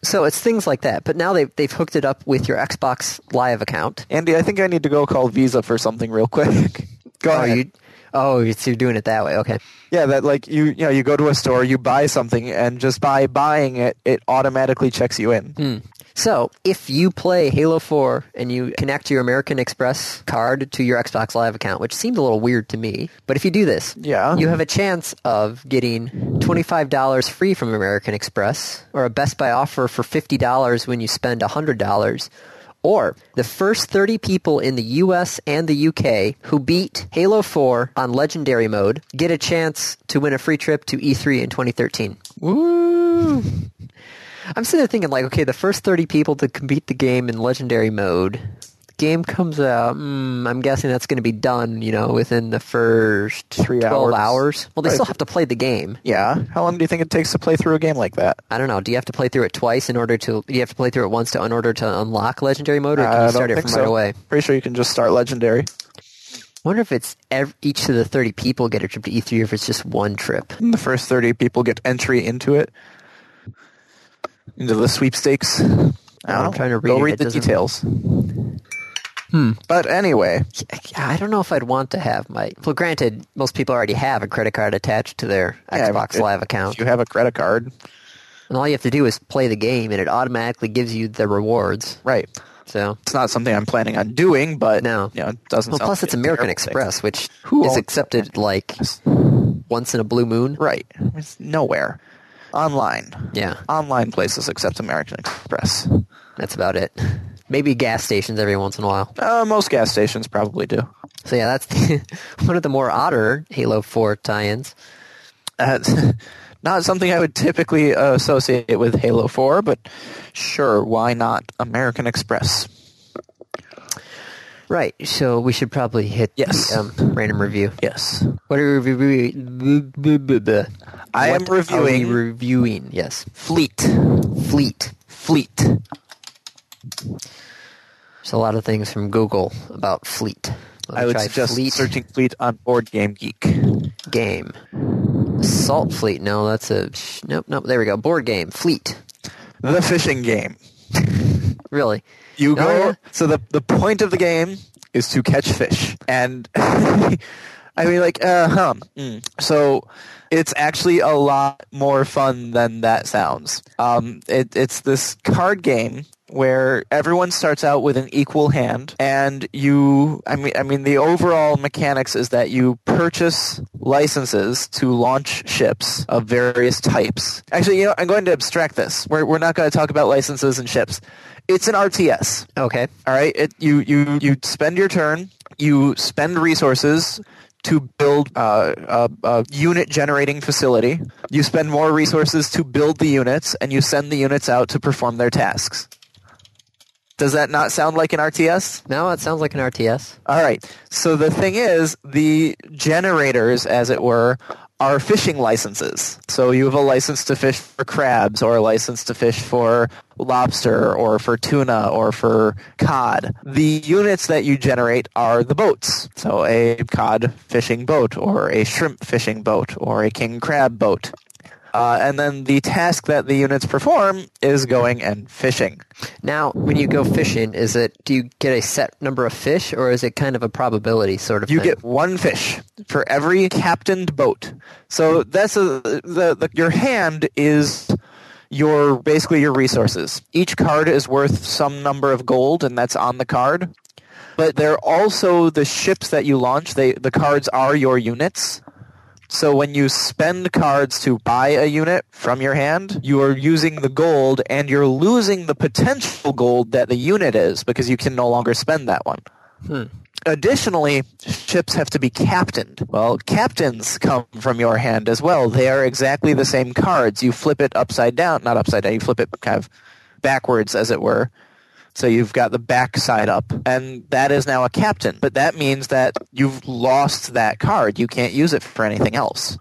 Speaker 1: So it's things like that. But now they've, they've hooked it up with your Xbox Live account.
Speaker 2: Andy, I think I need to go call Visa for something real quick. go
Speaker 1: oh,
Speaker 2: ahead.
Speaker 1: you, oh, it's- you're doing it that way. Okay.
Speaker 2: Yeah, that like you you know you go to a store, you buy something, and just by buying it, it automatically checks you in.
Speaker 1: Hmm. So if you play Halo 4 and you connect your American Express card to your Xbox Live account, which seemed a little weird to me, but if you do this,
Speaker 2: Yeah.
Speaker 1: you have a chance of getting $25 free from American Express or a Best Buy offer for $50 when you spend $100. Or the first 30 people in the US and the UK who beat Halo 4 on Legendary mode get a chance to win a free trip to E3 in 2013. Woo! I'm sitting there thinking, like, okay, the first 30 people to beat the game in legendary mode. The game comes out. Mm, I'm guessing that's going to be done, you know, within the first
Speaker 2: Three
Speaker 1: 12 hours.
Speaker 2: hours.
Speaker 1: Well, they
Speaker 2: Right.
Speaker 1: still have to play the game.
Speaker 2: Yeah. How long do you think it takes to play through a game like that?
Speaker 1: I don't know. Do you have to play through it twice in order to? Do you have to play through it once to in order to unlock legendary mode, or can
Speaker 2: I
Speaker 1: you
Speaker 2: don't
Speaker 1: start it
Speaker 2: think
Speaker 1: from
Speaker 2: so.
Speaker 1: right away?
Speaker 2: Pretty sure you can just start legendary.
Speaker 1: Wonder if it's ev- each of the 30 people get a trip to E3, or if it's just one trip.
Speaker 2: The first thirty people get entry into it, into the sweepstakes. I don't
Speaker 1: I'm
Speaker 2: know.
Speaker 1: trying to
Speaker 2: Go
Speaker 1: read it.
Speaker 2: read
Speaker 1: It
Speaker 2: the
Speaker 1: doesn't-
Speaker 2: details. Hmm. But anyway,
Speaker 1: I don't know if I'd want to have my. Well, granted, most people already have a credit card attached to their
Speaker 2: yeah,
Speaker 1: Xbox
Speaker 2: if-
Speaker 1: Live account.
Speaker 2: If you have a credit card,
Speaker 1: And all you have to do is play the game, and it automatically gives you the rewards.
Speaker 2: right?
Speaker 1: So,
Speaker 2: It's not something I'm planning on doing, but
Speaker 1: No.
Speaker 2: you know, it doesn't.
Speaker 1: well,
Speaker 2: sound
Speaker 1: plus
Speaker 2: like
Speaker 1: it's
Speaker 2: a
Speaker 1: American
Speaker 2: terrible thing.
Speaker 1: Express, which
Speaker 2: Who
Speaker 1: is
Speaker 2: owns-
Speaker 1: accepted like once in a blue moon.
Speaker 2: Right. It's nowhere. Online.
Speaker 1: Yeah.
Speaker 2: Online places accept American Express.
Speaker 1: That's about it. Maybe gas stations every once in a while.
Speaker 2: Uh, most gas stations probably do.
Speaker 1: So yeah, that's the, one of the more odder Halo Four tie-ins.
Speaker 2: Uh, not something I would typically uh, associate with Halo 4, but sure, why not American Express?
Speaker 1: Right. So we should probably hit
Speaker 2: Yes.
Speaker 1: the, um, random review.
Speaker 2: Yes.
Speaker 1: What are we reviewing?
Speaker 2: I am
Speaker 1: What are we
Speaker 2: reviewing-
Speaker 1: reviewing. Yes.
Speaker 2: Fleet.
Speaker 1: Fleet.
Speaker 2: Fleet.
Speaker 1: There's a lot of things from Google about Fleet. Let me
Speaker 2: I would
Speaker 1: try
Speaker 2: suggest
Speaker 1: Fleet
Speaker 2: searching Fleet on Board Game Geek.
Speaker 1: game. Salt Fleet. No, that's a nope. Nope. There we go. Board game. Fleet.
Speaker 2: The fishing game.
Speaker 1: Really.
Speaker 2: You
Speaker 1: No,
Speaker 2: go.
Speaker 1: yeah.
Speaker 2: So the the point of the game is to catch fish, and I mean, like, uh huh. Mm. So it's actually a lot more fun than that sounds. Um, it, it's this card game where everyone starts out with an equal hand and you I mean I mean the overall mechanics is that you purchase licenses to launch ships of various types. Actually, you know, I'm going to abstract this. We're we're not going to talk about licenses and ships. It's an RTS.
Speaker 1: Okay.
Speaker 2: All right, it, you you you spend your turn. You spend resources to build uh, a, a unit generating facility. You spend more resources to build the units, and you send the units out to perform their tasks. Does that not sound like an RTS?
Speaker 1: Now it sounds like an RTS.
Speaker 2: All right. So the thing is, the generators, as it were, are fishing licenses. So you have a license to fish for crabs, or a license to fish for lobster, or for tuna, or for cod. The units that you generate are the boats. So a cod fishing boat, or a shrimp fishing boat, or a king crab boat. Uh, and then the task that the units perform is going and fishing.
Speaker 1: Now, when you go fishing, is it do you get a set number of fish, or is it kind of a probability sort of
Speaker 2: You
Speaker 1: thing?
Speaker 2: get one fish for every captained boat. So that's a, the, the your hand is your basically your resources. Each card is worth some number of gold, and that's on the card. But they're also the ships that you launch. They the cards are your units. So when you spend cards to buy a unit from your hand, you are using the gold and you're losing the potential gold that the unit is because you can no longer spend that one. Additionally, ships have to be captained. Well, captains come from your hand as well. They are exactly the same cards. You flip it upside down, not upside down, you flip it kind of backwards, as it were. So you've got the back side up, and that is now a captain. But that means that you've lost that card. You can't use it for anything else.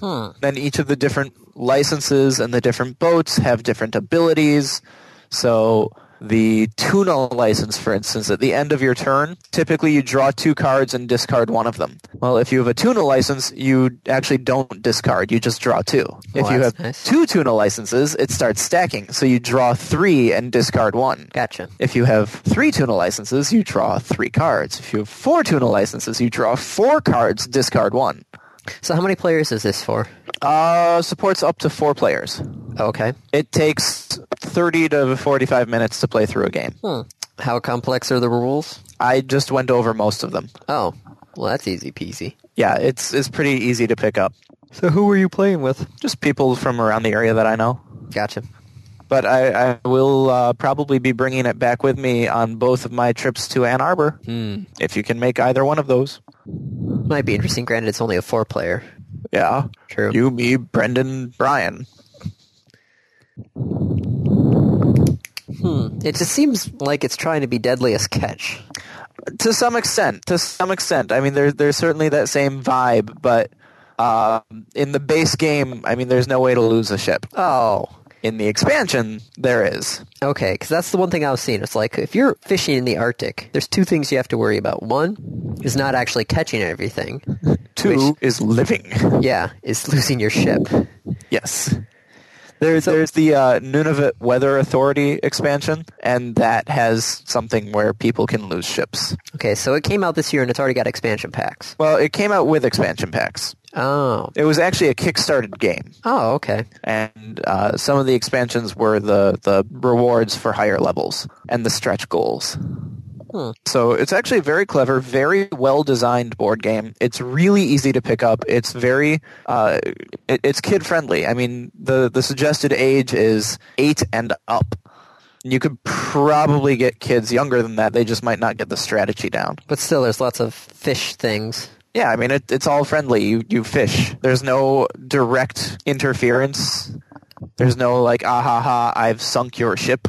Speaker 1: Hmm.
Speaker 2: Then each of the different licenses and the different boats have different abilities. So the tuna license, for instance, at the end of your turn, typically you draw two cards and discard one of them. Well, if you have a tuna license, you actually don't discard, you just draw two. if you
Speaker 1: that's
Speaker 2: have
Speaker 1: nice.
Speaker 2: two tuna licenses, it starts stacking, so you draw three and discard one.
Speaker 1: Gotcha.
Speaker 2: If you have three tuna licenses, you draw three cards. If you have four tuna licenses, you draw four cards, discard one.
Speaker 1: So how many players is this for?
Speaker 2: Uh, supports up to four players.
Speaker 1: Okay.
Speaker 2: It takes 30 to 45 minutes to play through a game.
Speaker 1: Hmm. How complex are the rules?
Speaker 2: I just went over most of them.
Speaker 1: Oh, well, that's easy peasy.
Speaker 2: Yeah, it's it's pretty easy to pick up.
Speaker 1: So who were you playing with?
Speaker 2: Just people from around the area that I know.
Speaker 1: Gotcha.
Speaker 2: But I, I will uh, probably be bringing it back with me on both of my trips to Ann Arbor,
Speaker 1: Hmm.
Speaker 2: if you can make either one of those.
Speaker 1: Might be interesting. Granted, it's only a four-player.
Speaker 2: Yeah.
Speaker 1: True.
Speaker 2: You, me, Brendan, Brian.
Speaker 1: Hmm. It just seems like it's trying to be deadliest catch.
Speaker 2: to some extent to some extent i mean there, there's certainly that same vibe but uh, in the base game i mean there's no way to lose a ship
Speaker 1: Oh.
Speaker 2: in the expansion there is
Speaker 1: Okay, because that's the one thing I was seeing. It's like if you're fishing in the Arctic, there's two things you have to worry about. One is not actually catching everything.
Speaker 2: two is living
Speaker 1: Yeah, is losing your ship.
Speaker 2: yes there's,
Speaker 1: So-
Speaker 2: there's the uh, Nunavut Weather Authority expansion, and that has something where people can lose ships.
Speaker 1: Okay, so it came out this year and it's already got expansion packs.
Speaker 2: Well, it came out with expansion packs.
Speaker 1: Oh.
Speaker 2: It was actually a kickstarted game,
Speaker 1: Oh, okay.
Speaker 2: and uh, some of the expansions were the, the rewards for higher levels and the stretch goals.
Speaker 1: Hmm.
Speaker 2: So it's actually a very clever, very well designed board game. It's really easy to pick up. It's very, uh, it, it's kid friendly. I mean, the the suggested age is eight and up. You could probably get kids younger than that. They just might not get the strategy down.
Speaker 1: But still, there's lots of fish things.
Speaker 2: Yeah, I mean, it, it's all friendly. You you fish. There's no direct interference. There's no like, ah ha ha, I've sunk your ship.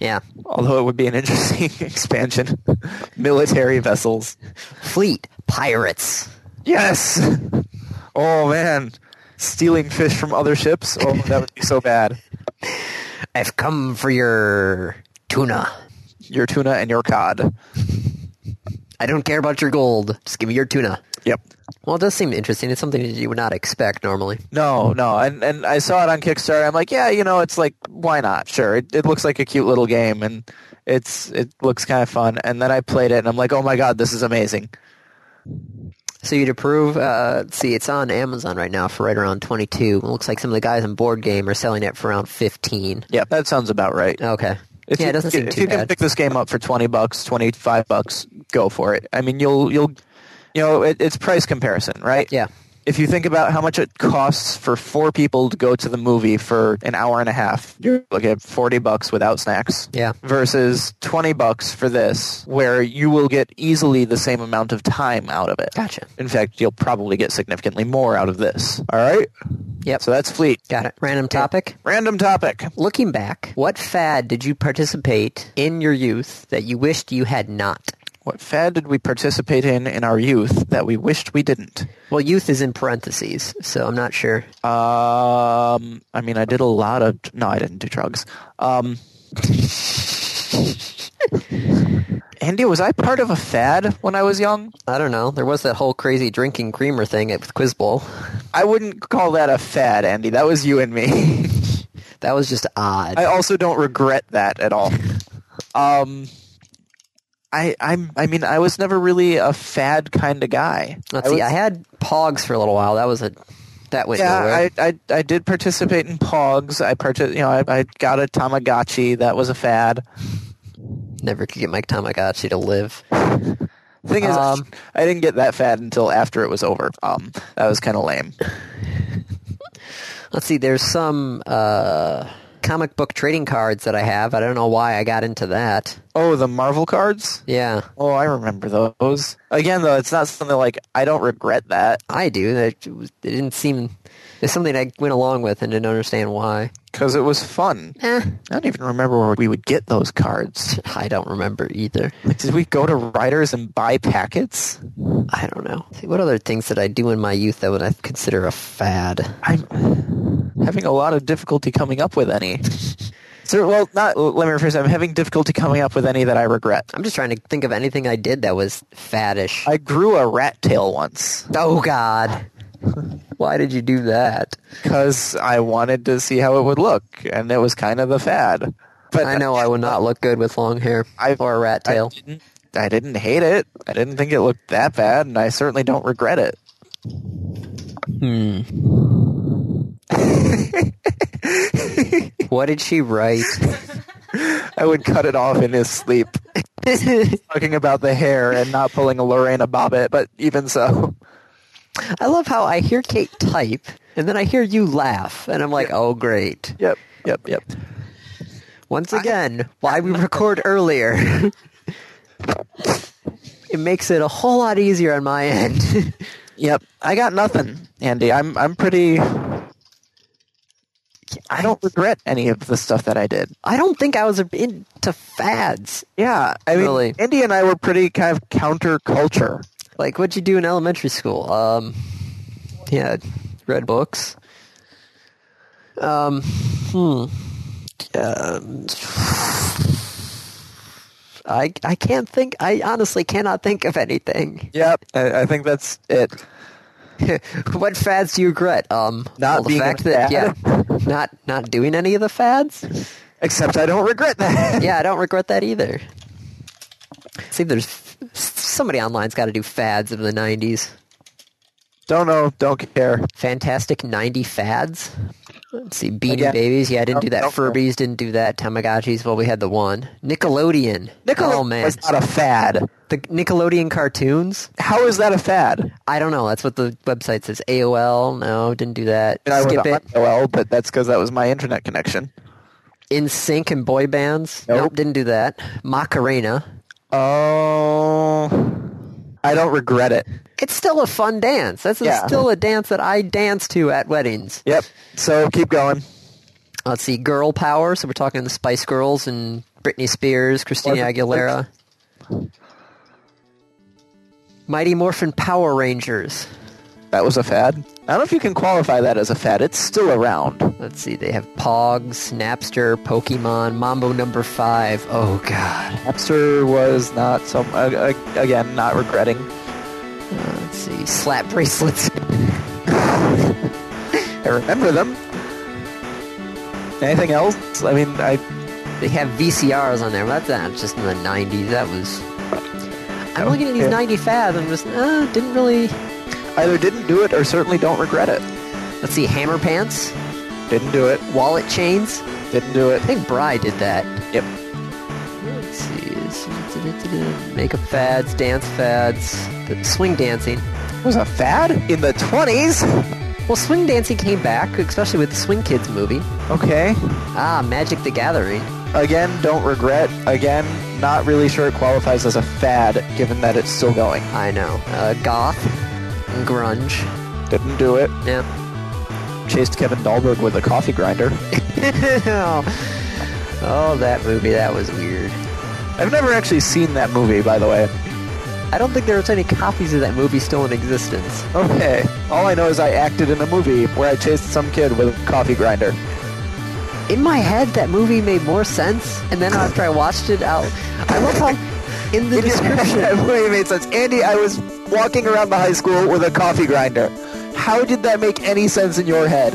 Speaker 1: Yeah.
Speaker 2: Although it would be an interesting expansion. Military vessels.
Speaker 1: Fleet. Pirates.
Speaker 2: Yes. Oh man, stealing fish from other ships. Oh, that would be so bad.
Speaker 1: I've come for your tuna.
Speaker 2: Your tuna and your cod.
Speaker 1: I don't care about your gold. Just give me your tuna.
Speaker 2: Yep.
Speaker 1: Well, it does seem interesting. It's something that you would not expect normally.
Speaker 2: No,
Speaker 1: Hmm.
Speaker 2: no, and and I saw it on Kickstarter. I'm like, yeah, you know, it's like, why not? Sure, it, it looks like a cute little game, and it's it looks kind of fun. And then I played it, and I'm like, oh my god, this is amazing.
Speaker 1: So you'd approve? Uh, let's see, it's on Amazon right now for right around 22. It looks like some of the guys on Board Game are selling it for around 15.
Speaker 2: Yeah, that sounds about right.
Speaker 1: Okay.
Speaker 2: If
Speaker 1: yeah,
Speaker 2: you,
Speaker 1: it doesn't seem
Speaker 2: if
Speaker 1: too
Speaker 2: you can
Speaker 1: bad.
Speaker 2: pick this game up for twenty bucks, twenty five bucks, go for it. I mean, you'll you'll, you know, it, it's price comparison, right?
Speaker 1: yeah.
Speaker 2: if you think about how much it costs for four people to go to the movie for an hour and a half, you're looking at 40 bucks without snacks.
Speaker 1: Yeah.
Speaker 2: Versus 20 bucks for this, where you will get easily the same amount of time out of it.
Speaker 1: Gotcha.
Speaker 2: In fact, you'll probably get significantly more out of this. All right?
Speaker 1: Yep.
Speaker 2: So that's Fleet.
Speaker 1: Got it. Random topic.
Speaker 2: Random topic.
Speaker 1: Looking back, what fad did you participate in your youth that you wished you had not?
Speaker 2: What fad did we participate in in our youth that we wished we didn't?
Speaker 1: Well, youth is in parentheses, so I'm not sure.
Speaker 2: Um, I mean, I did a lot of. No, I didn't do drugs. Um, Andy, was I part of a fad when I was young?
Speaker 1: I don't know. There was that whole crazy drinking creamer thing at Quiz Bowl.
Speaker 2: I wouldn't call that a fad, Andy. That was you and me.
Speaker 1: That was just odd.
Speaker 2: I also don't regret that at all. Um, I, I'm, I mean, I was never really a fad kind of guy.
Speaker 1: Let's
Speaker 2: I
Speaker 1: see.
Speaker 2: was-
Speaker 1: I had Pogs for a little while. That was a that went nowhere.
Speaker 2: yeah, I, I I did participate in Pogs. I partic- you know, I, I got a Tamagotchi. That was a fad.
Speaker 1: Never could get Mike Tamagotchi to live.
Speaker 2: Thing is,
Speaker 1: Um,
Speaker 2: I didn't get that fad until after it was over. Um, that was kind of lame.
Speaker 1: Let's see, there's some uh, comic book trading cards that I have. I don't know why I got into that.
Speaker 2: Oh, the Marvel cards.
Speaker 1: Yeah,
Speaker 2: Oh, I remember those. Again, though, it's not something like I don't regret that
Speaker 1: I do. That it was- it didn't seem. It's something I went along with and didn't understand why.
Speaker 2: because it was fun.
Speaker 1: Eh,
Speaker 2: I don't even remember where we would get those cards.
Speaker 1: I don't remember either.
Speaker 2: Like, did we go to Writers and buy packets?
Speaker 1: I don't know. See, what other things did I do in my youth that would I consider a fad?
Speaker 2: I'm having a lot of difficulty coming up with any. So, well, not. Let me rephrase. I'm having difficulty coming up with any that I regret.
Speaker 1: I'm just trying to think of anything I did that was faddish.
Speaker 2: I grew a rat tail once
Speaker 1: oh God, why did you do that?
Speaker 2: because I wanted to see how it would look, and it was kind of the fad. But
Speaker 1: I know I will not look good with long hair
Speaker 2: I-
Speaker 1: or a rat tail.
Speaker 2: I didn't, I didn't hate it. I didn't think it looked that bad, and I certainly don't regret it.
Speaker 1: Hmm. what did she write?
Speaker 2: I would cut it off in his sleep.
Speaker 1: I
Speaker 2: Talking about the hair and not pulling a Lorena Bobbitt, but even so,
Speaker 1: love how I hear Kate type and then I hear you laugh and I'm like, oh great.
Speaker 2: yep, yep, yep.
Speaker 1: Once again, why we record earlier. it makes it a whole lot easier on my end.
Speaker 2: Yep. I got nothing, Andy. I'm I'm pretty. I don't regret any of the stuff that I did.
Speaker 1: I don't think I was into fads.
Speaker 2: Yeah, I mean,
Speaker 1: Really.
Speaker 2: Andy and I were pretty kind of counterculture.
Speaker 1: Like what'd you do in elementary school? Um yeah, read books. Um hmm. Um, I I can't think I honestly cannot think of anything.
Speaker 2: Yep, I, I think that's it.
Speaker 1: what fads do you regret? Um
Speaker 2: Not
Speaker 1: well, the
Speaker 2: being a
Speaker 1: fact that
Speaker 2: fad.
Speaker 1: yeah, not not doing any of the fads?
Speaker 2: Except I don't regret that.
Speaker 1: yeah, I don't regret that either. See, there's somebody online's got to do fads of the '90s.
Speaker 2: Don't know. Don't care.
Speaker 1: Fantastic '90 fads. Let's see, Beanie
Speaker 2: Again.
Speaker 1: Babies. Yeah, I didn't do that.
Speaker 2: Nope, nope.
Speaker 1: Furbies didn't do that. Tamagotchis. Well, we had the one. Nickelodeon.
Speaker 2: Nickelodeon
Speaker 1: Oh man,
Speaker 2: was not a fad.
Speaker 1: the Nickelodeon cartoons.
Speaker 2: How is that a fad?
Speaker 1: I don't know. That's what the website says. AOL. No, didn't do that.
Speaker 2: And I was
Speaker 1: Skip
Speaker 2: on
Speaker 1: it.
Speaker 2: AOL, but that's because that was my internet connection.
Speaker 1: In Sync and boy bands.
Speaker 2: Nope.
Speaker 1: nope, didn't do that. Macarena.
Speaker 2: Oh, I don't regret it.
Speaker 1: It's still a fun dance. That's a-
Speaker 2: Yeah.
Speaker 1: still a dance that I dance to at weddings.
Speaker 2: Yep. So keep going.
Speaker 1: Let's see, girl power. So we're talking the Spice Girls and Britney Spears, Christina
Speaker 2: Wasn't-
Speaker 1: Aguilera. Mighty Morphin Power Rangers.
Speaker 2: That was a fad. I don't know if you can qualify that as a fad. It's still around.
Speaker 1: Let's see, they have Pogs, Napster, Pokemon, Mambo Number Five. Oh God.
Speaker 2: Napster was not some. Uh, again, not regretting.
Speaker 1: Let's see, slap bracelets.
Speaker 2: I remember them. Anything else? I mean, I
Speaker 1: They have VCRs on there. That's not just in the '90s. That was. I'm looking at these
Speaker 2: Okay.
Speaker 1: '90 fads. I'm just uh, didn't really.
Speaker 2: either didn't do it or certainly don't regret it.
Speaker 1: Let's see, hammer pants,
Speaker 2: Didn't do it.
Speaker 1: wallet chains.
Speaker 2: Didn't do it.
Speaker 1: I think Bry did that.
Speaker 2: Yep.
Speaker 1: Let's see. it's- da-da-da-da. Makeup fads, dance fads, the swing dancing.
Speaker 2: was a fad in the 20s.
Speaker 1: Well, swing dancing came back, especially with the Swing Kids movie.
Speaker 2: Okay.
Speaker 1: Ah, Magic the Gathering.
Speaker 2: Again, don't regret. Again, not really sure it qualifies as a fad given that it's still going.
Speaker 1: I know. Uh, goth, and grunge.
Speaker 2: Didn't do it.
Speaker 1: Yeah.
Speaker 2: Chased Kevin Dahlberg with a coffee grinder.
Speaker 1: oh, that movie. That was weird.
Speaker 2: I've never actually seen that movie, by the way.
Speaker 1: I don't think there was any copies of that movie still in existence.
Speaker 2: Okay. All I know is I acted in a movie where I chased some kid with a coffee grinder.
Speaker 1: in my head that movie made more sense and then after i watched it out i love how in the
Speaker 2: that
Speaker 1: description
Speaker 2: movie made sense. Andy, I was walking around the high school with a coffee grinder. How did that make any sense in your head?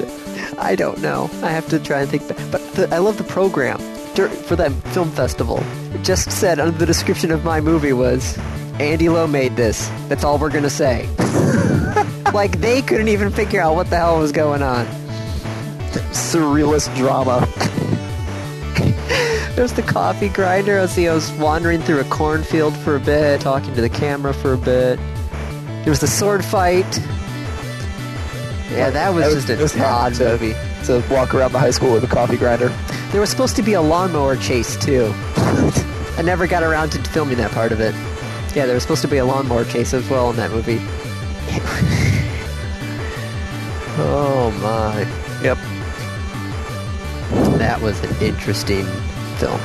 Speaker 1: i don't know i have to try and think back but the, i love the program dur- for that film festival it just said under the description of my movie was andy lowe made this that's all we're gonna say like they couldn't even figure out what the hell was going on
Speaker 2: Surrealist drama.
Speaker 1: There's the coffee grinder. I see I was wandering through a cornfield for a bit, talking to the camera for a bit. There was the sword fight. Yeah, that was
Speaker 2: I
Speaker 1: just an odd
Speaker 2: happy to,
Speaker 1: movie.
Speaker 2: To walk around the high school with a coffee grinder.
Speaker 1: There was supposed to be a lawnmower chase too. I never got around to filming that part of it. Yeah, there was supposed to be a lawnmower chase as well in that movie. oh my,
Speaker 2: Yep.
Speaker 1: that was an interesting film.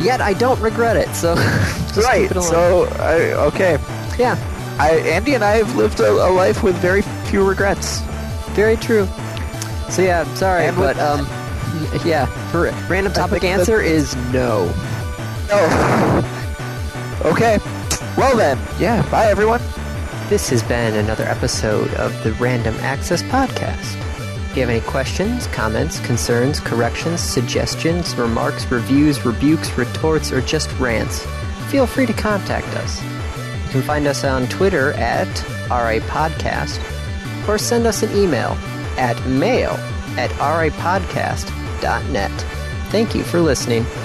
Speaker 1: Yet I don't regret it. So just keep
Speaker 2: right.
Speaker 1: it alive.
Speaker 2: So, I, okay.
Speaker 1: yeah.
Speaker 2: I, Andy and I have lived a, a life with very few regrets.
Speaker 1: Very true. So yeah, I'm sorry,
Speaker 2: And with
Speaker 1: but um, yeah. Correct. Random topic
Speaker 2: think
Speaker 1: answer is no.
Speaker 2: Oh. Okay. Well then, yeah. Bye everyone.
Speaker 1: This has been another episode of the Random Access Podcast. If you have any questions, comments, concerns, corrections, suggestions, remarks, reviews, rebukes, retorts, or just rants, feel free to contact us. You can find us on Twitter at RAPodcast or send us an email at mail at rapodcast.net. Thank you for listening.